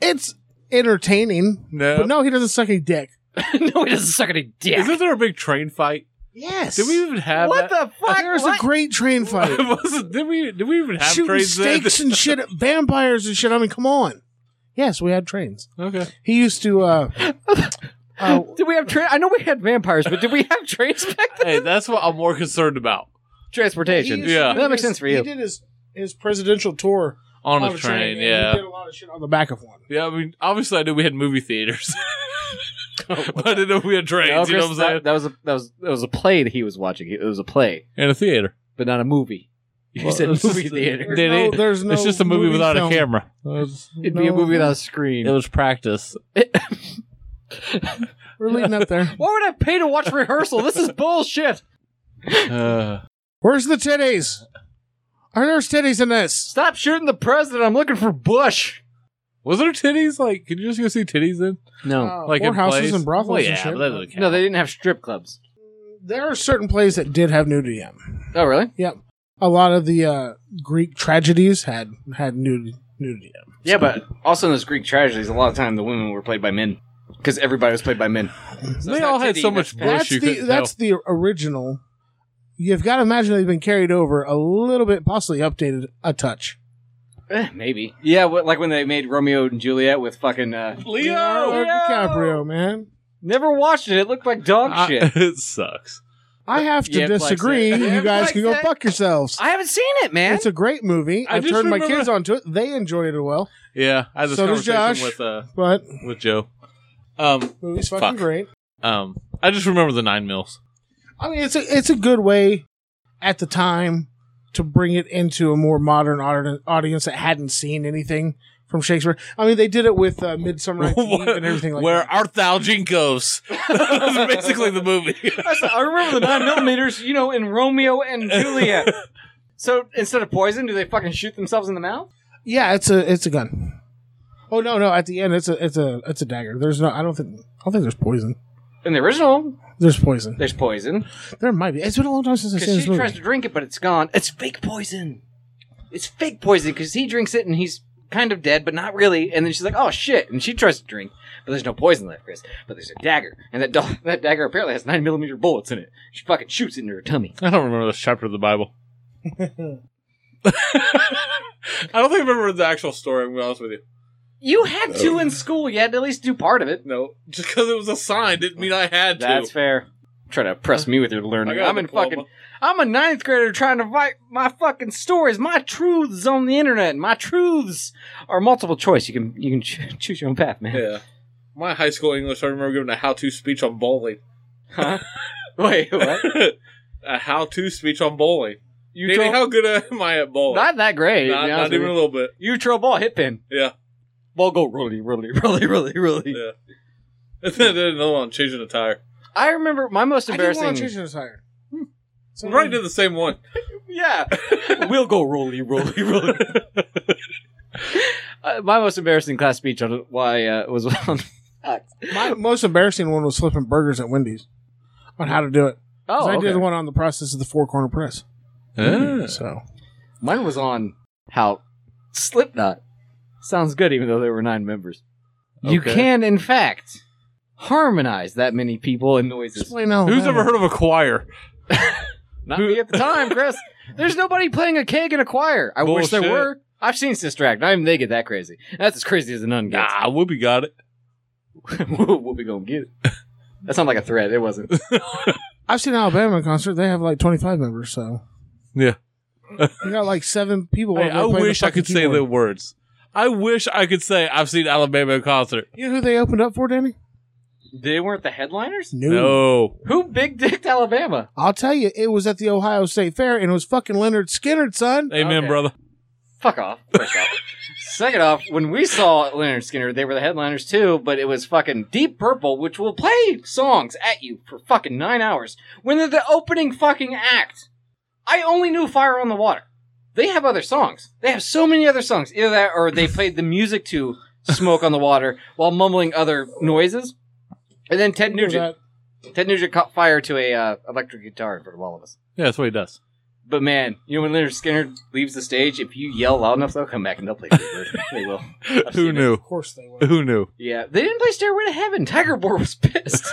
Speaker 4: It's entertaining,
Speaker 2: No.
Speaker 4: but no, he doesn't suck a dick.
Speaker 1: <laughs> no, he doesn't suck any dick.
Speaker 2: Isn't there a big train fight?
Speaker 4: Yes.
Speaker 2: Did we even have
Speaker 1: what
Speaker 2: that?
Speaker 1: the fuck?
Speaker 4: There's
Speaker 1: What?
Speaker 4: a great train
Speaker 2: <laughs>
Speaker 4: fight.
Speaker 2: Wasn't- did we did we even have
Speaker 4: Shooting
Speaker 2: trains then?
Speaker 4: steaks and shit, at vampires and shit. I mean, come on. Yes, we had trains.
Speaker 2: <laughs> Okay.
Speaker 4: He used to. uh,
Speaker 1: <laughs>
Speaker 4: uh
Speaker 1: did we have tra- I know we had vampires, but did we have <laughs> trains back then?
Speaker 2: Hey, that's what I'm more concerned about.
Speaker 1: Transportation.
Speaker 4: he used to
Speaker 2: Yeah.
Speaker 4: do
Speaker 1: That makes
Speaker 4: his-
Speaker 1: sense for
Speaker 4: He
Speaker 1: you.
Speaker 4: did his his presidential tour
Speaker 2: On,
Speaker 4: on
Speaker 2: a, train,
Speaker 4: and
Speaker 2: yeah.
Speaker 4: He did a lot of shit on the back of one.
Speaker 2: Yeah, I mean, obviously I knew we had movie theaters. <laughs> but I didn't know we had trains,
Speaker 1: No,
Speaker 2: you know
Speaker 1: Chris,
Speaker 2: what I'm
Speaker 1: that-
Speaker 2: saying?
Speaker 1: That, was a that was that was a play that he was watching. It was a play,
Speaker 2: In a theater.
Speaker 1: but not a movie. You
Speaker 2: Well,
Speaker 1: said
Speaker 2: it's
Speaker 1: movie
Speaker 2: just-
Speaker 1: theater.
Speaker 2: Did
Speaker 4: no,
Speaker 2: it-
Speaker 4: there's no
Speaker 2: it's just a movie, without
Speaker 4: film.
Speaker 2: a camera.
Speaker 1: It'd be a
Speaker 4: no.
Speaker 1: movie without a screen.
Speaker 2: It was practice.
Speaker 4: We're leading up
Speaker 2: <laughs>
Speaker 4: there.
Speaker 1: Why would I pay to watch rehearsal? This <laughs> is bullshit.
Speaker 2: Uh,
Speaker 4: Where's the titties? Are there titties in this?
Speaker 1: Stop shooting the president. I'm looking for Bush.
Speaker 2: was there titties? Like, could you just go see titties then?
Speaker 1: No.
Speaker 2: Like in
Speaker 4: houses
Speaker 2: plays?
Speaker 4: and brothels
Speaker 2: Well,
Speaker 4: and
Speaker 2: yeah,
Speaker 4: shit.
Speaker 2: but that doesn't count.
Speaker 1: No, they didn't have strip clubs.
Speaker 4: there are certain plays that did have nudity. in 'em.
Speaker 1: Oh, really?
Speaker 4: A lot of the uh, Greek tragedies had had nudity. nudity. in 'em.
Speaker 1: Yeah, but also in those Greek tragedies, a lot of time the women were played by men because everybody was played by <sighs> men.
Speaker 2: They all had so much bush
Speaker 4: That's
Speaker 2: you
Speaker 4: the
Speaker 2: couldn't
Speaker 4: that's the original. You've got to imagine they've been carried over a little bit, possibly updated a touch.
Speaker 1: Eh, maybe. Yeah, what, like when they made Romeo and Juliet with fucking. Uh,
Speaker 2: tell.
Speaker 4: Leonardo
Speaker 1: Leo!
Speaker 4: DiCaprio, man.
Speaker 1: never watched it. It looked like dog
Speaker 2: I-
Speaker 1: shit.
Speaker 2: <laughs> it sucks.
Speaker 4: I have to
Speaker 1: Yeah, Flex it.
Speaker 2: <laughs>
Speaker 4: disagree.
Speaker 1: Yeah,
Speaker 4: You guys
Speaker 1: Flex
Speaker 4: can go
Speaker 1: it.
Speaker 4: fuck yourselves.
Speaker 1: <laughs> I haven't seen it, man.
Speaker 4: It's a great movie.
Speaker 2: I
Speaker 4: I've
Speaker 2: just
Speaker 4: turned my
Speaker 2: remember-
Speaker 4: kids onto it. They enjoyed it well,
Speaker 2: Yeah, I had this
Speaker 4: So does
Speaker 2: conversation
Speaker 4: Josh.
Speaker 2: with uh
Speaker 4: but
Speaker 2: with Joe. Um,
Speaker 4: movie's
Speaker 2: Fuck.
Speaker 4: fucking great.
Speaker 2: um, I just remember the nine mils.
Speaker 4: I mean, it's a it's a good way at the time to bring it into a more modern audi- audience that hadn't seen anything from Shakespeare. I mean, they did it with uh, Midsummer
Speaker 2: <laughs>
Speaker 4: Night's Eve and everything like
Speaker 2: Where
Speaker 4: that.
Speaker 2: art thou <laughs> Jinkos? That's basically the movie.
Speaker 1: I remember the nine millimeters, you know, in Romeo and <laughs> Juliet. So instead of poison, do they fucking shoot themselves in the mouth?
Speaker 4: Yeah, it's a it's a gun. Oh no, no! At the end, it's a it's a it's a dagger. There's no. I don't think. I don't think there's poison.
Speaker 1: In the original,
Speaker 4: There's poison.
Speaker 1: there's poison
Speaker 4: There might be. It's been a long time since I've seen
Speaker 1: because
Speaker 4: this
Speaker 1: she
Speaker 4: movie.
Speaker 1: tries to drink it, but it's gone. It's fake poison. It's fake poison because he drinks it and he's kind of dead, but not really. And then she's like, "Oh shit!" and she tries to drink, but there's no poison left, Chris. But there's a dagger, and that do- <laughs> that dagger apparently has nine millimeter bullets in it. She fucking shoots it into her tummy.
Speaker 2: I don't remember this chapter of the Bible. <laughs> I don't think I remember the actual story. I'm gonna be honest with you.
Speaker 1: You had to in school. You had to at least do part of it.
Speaker 2: No, just because it was a sign didn't mean I had to.
Speaker 1: That's fair. Try to impress me with your learning.
Speaker 2: got a
Speaker 1: I'm in
Speaker 2: diploma.
Speaker 1: fucking. I'm a ninth grader trying to write my fucking stories, my truths on the internet. My truths are multiple choice. You can you can cho- choose your own path, man.
Speaker 2: Yeah. My high school English, I remember giving a how to speech on bowling. <laughs>
Speaker 1: Huh? Wait, <laughs> what?
Speaker 2: a how to speech on bowling.
Speaker 1: You
Speaker 2: Danny, how good am I at bowling?
Speaker 1: not that great.
Speaker 2: Not-
Speaker 1: to be
Speaker 2: not
Speaker 1: honest with
Speaker 2: even
Speaker 1: you.
Speaker 2: a little bit.
Speaker 1: You throw a ball, hit pin.
Speaker 2: Yeah.
Speaker 1: Ball go rolly, rolly, <laughs> rolly, rolly, rolly.
Speaker 2: Yeah. <laughs> And then there's another one, changing a tire.
Speaker 1: I remember my most
Speaker 4: I didn't want to
Speaker 1: embarrassing.
Speaker 4: change the tire. Hmm. So-
Speaker 2: Right to the same one.
Speaker 1: <laughs>
Speaker 2: <laughs>
Speaker 1: Yeah, we'll go rolly, rolly, rolly. uh, my most embarrassing class speech on why uh, was <laughs> on.
Speaker 2: Oh,
Speaker 4: My most embarrassing one was flipping burgers at Wendy's on how to do it. 'Cause
Speaker 1: Oh,
Speaker 4: I did
Speaker 1: okay.
Speaker 4: the one on the process of the four corner press.
Speaker 2: Ah.
Speaker 4: So
Speaker 1: mine was on how Slipknot sounds good, even though there were nine members. You
Speaker 2: Okay.
Speaker 1: can, in fact, harmonize that many people and noises.
Speaker 4: explain how
Speaker 2: Who's
Speaker 4: that
Speaker 2: ever
Speaker 4: works.
Speaker 2: heard of a choir?
Speaker 1: Not me at the time, <laughs> Chris. There's nobody playing a keg in a choir. I wish there
Speaker 2: Bullshit.
Speaker 1: were. I've seen Sister Act. Not even they get that crazy. That's as crazy as the nun gets.
Speaker 2: Nah, Whoopi got it.
Speaker 1: <laughs> we'll be gonna get it. That sounded like a threat. It wasn't.
Speaker 4: I've seen Alabama in concert. They have like 25 members, so.
Speaker 2: Yeah.
Speaker 4: They got like seven people. over
Speaker 2: Hey,
Speaker 4: there
Speaker 2: I
Speaker 4: playing the
Speaker 2: wish I
Speaker 4: fucking
Speaker 2: could say the
Speaker 4: keyboard.
Speaker 2: words. I wish I could say I've seen Alabama in concert.
Speaker 4: You know who they opened up for, Danny?
Speaker 1: <laughs> They weren't the headliners.
Speaker 2: No.
Speaker 1: Who big dicked Alabama?
Speaker 4: I'll tell you, it was at the Ohio State Fair, and it was fucking Leonard Skinner, son.
Speaker 2: Amen,
Speaker 1: Okay.
Speaker 2: brother.
Speaker 1: Fuck off. First off. Second off, when we saw Leonard Skinner, they were the headliners too, but it was fucking Deep Purple, which will play songs at you for fucking nine hours when they're the opening fucking act. I only knew Fire on the Water. They have other songs. They have so many other songs. Either that or they played the music to Smoke on the Water while mumbling other noises. And then Ted Nugent.
Speaker 4: That-
Speaker 1: Ted Nugent caught fire to a uh, electric guitar in front of all of us.
Speaker 2: Yeah, that's what he does.
Speaker 1: But man, you know when Leonard Skinner leaves the stage, if you yell loud enough, they'll come back and they'll play.
Speaker 2: <laughs>
Speaker 1: Bluebird. they will. I've seen
Speaker 2: <laughs> Who
Speaker 1: it.
Speaker 2: knew?
Speaker 4: Of course they were.
Speaker 2: Who knew?
Speaker 1: Yeah, they didn't play Stairway to Heaven. Tiger Boar was pissed.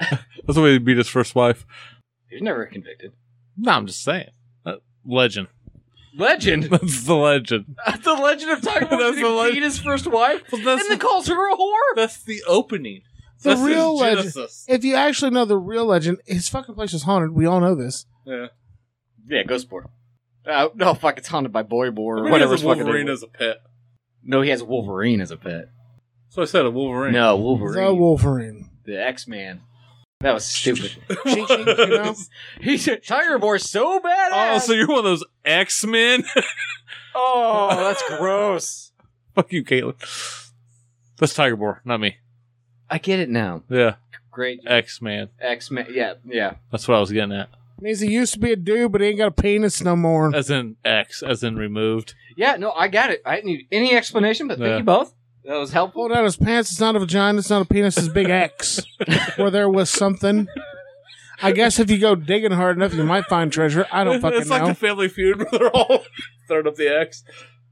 Speaker 2: That's the way he beat his first wife.
Speaker 1: he was never convicted.
Speaker 2: No, I'm just saying. Uh, legend.
Speaker 1: Legend. <laughs>
Speaker 2: <laughs> That's the legend.
Speaker 1: the legend of Tiger Boar
Speaker 2: That's
Speaker 1: did
Speaker 2: the leg-
Speaker 1: beat his first wife
Speaker 2: Well,
Speaker 1: and then calls her a whore.
Speaker 2: that's the opening.
Speaker 4: The real legend. If you actually know the real legend, his fucking place is haunted. We all know this.
Speaker 2: Yeah.
Speaker 1: Yeah, Ghost Boar. Uh, no, fuck, it's haunted by Boy Boar
Speaker 2: I
Speaker 1: or
Speaker 2: mean,
Speaker 1: whatever.
Speaker 2: he has a Wolverine as a pet.
Speaker 1: no, he has Wolverine as a pet.
Speaker 2: So I said a Wolverine.
Speaker 1: No, Wolverine.
Speaker 4: The Wolverine.
Speaker 1: the X Man. That was stupid.
Speaker 4: Cheek, cheek,
Speaker 2: <laughs>
Speaker 4: you know?
Speaker 1: he said Tiger Boar so badass.
Speaker 2: Oh, so you're one of those X Men?
Speaker 1: Oh, that's gross.
Speaker 2: <laughs> Fuck you, Caitlin. That's Tiger Boar, not me.
Speaker 1: I get it now.
Speaker 2: Yeah,
Speaker 1: Great
Speaker 2: X Man.
Speaker 1: X Men. Yeah, yeah.
Speaker 2: That's what I was getting at.
Speaker 4: Means he used to be a dude, but he ain't got a penis no more.
Speaker 2: As in X, as in removed.
Speaker 1: Yeah, no, I got it. I didn't need any explanation, but thank
Speaker 2: Yeah.
Speaker 1: you both. That was helpful.
Speaker 4: Pulled out his pants. It's not a vagina. It's not a penis. It's a big <laughs> X. where there was something. I guess if you go digging hard enough, you might find treasure. I don't fucking
Speaker 2: <laughs> it's like
Speaker 4: know.
Speaker 2: the Family Feud where they're all <laughs> throwing up the X.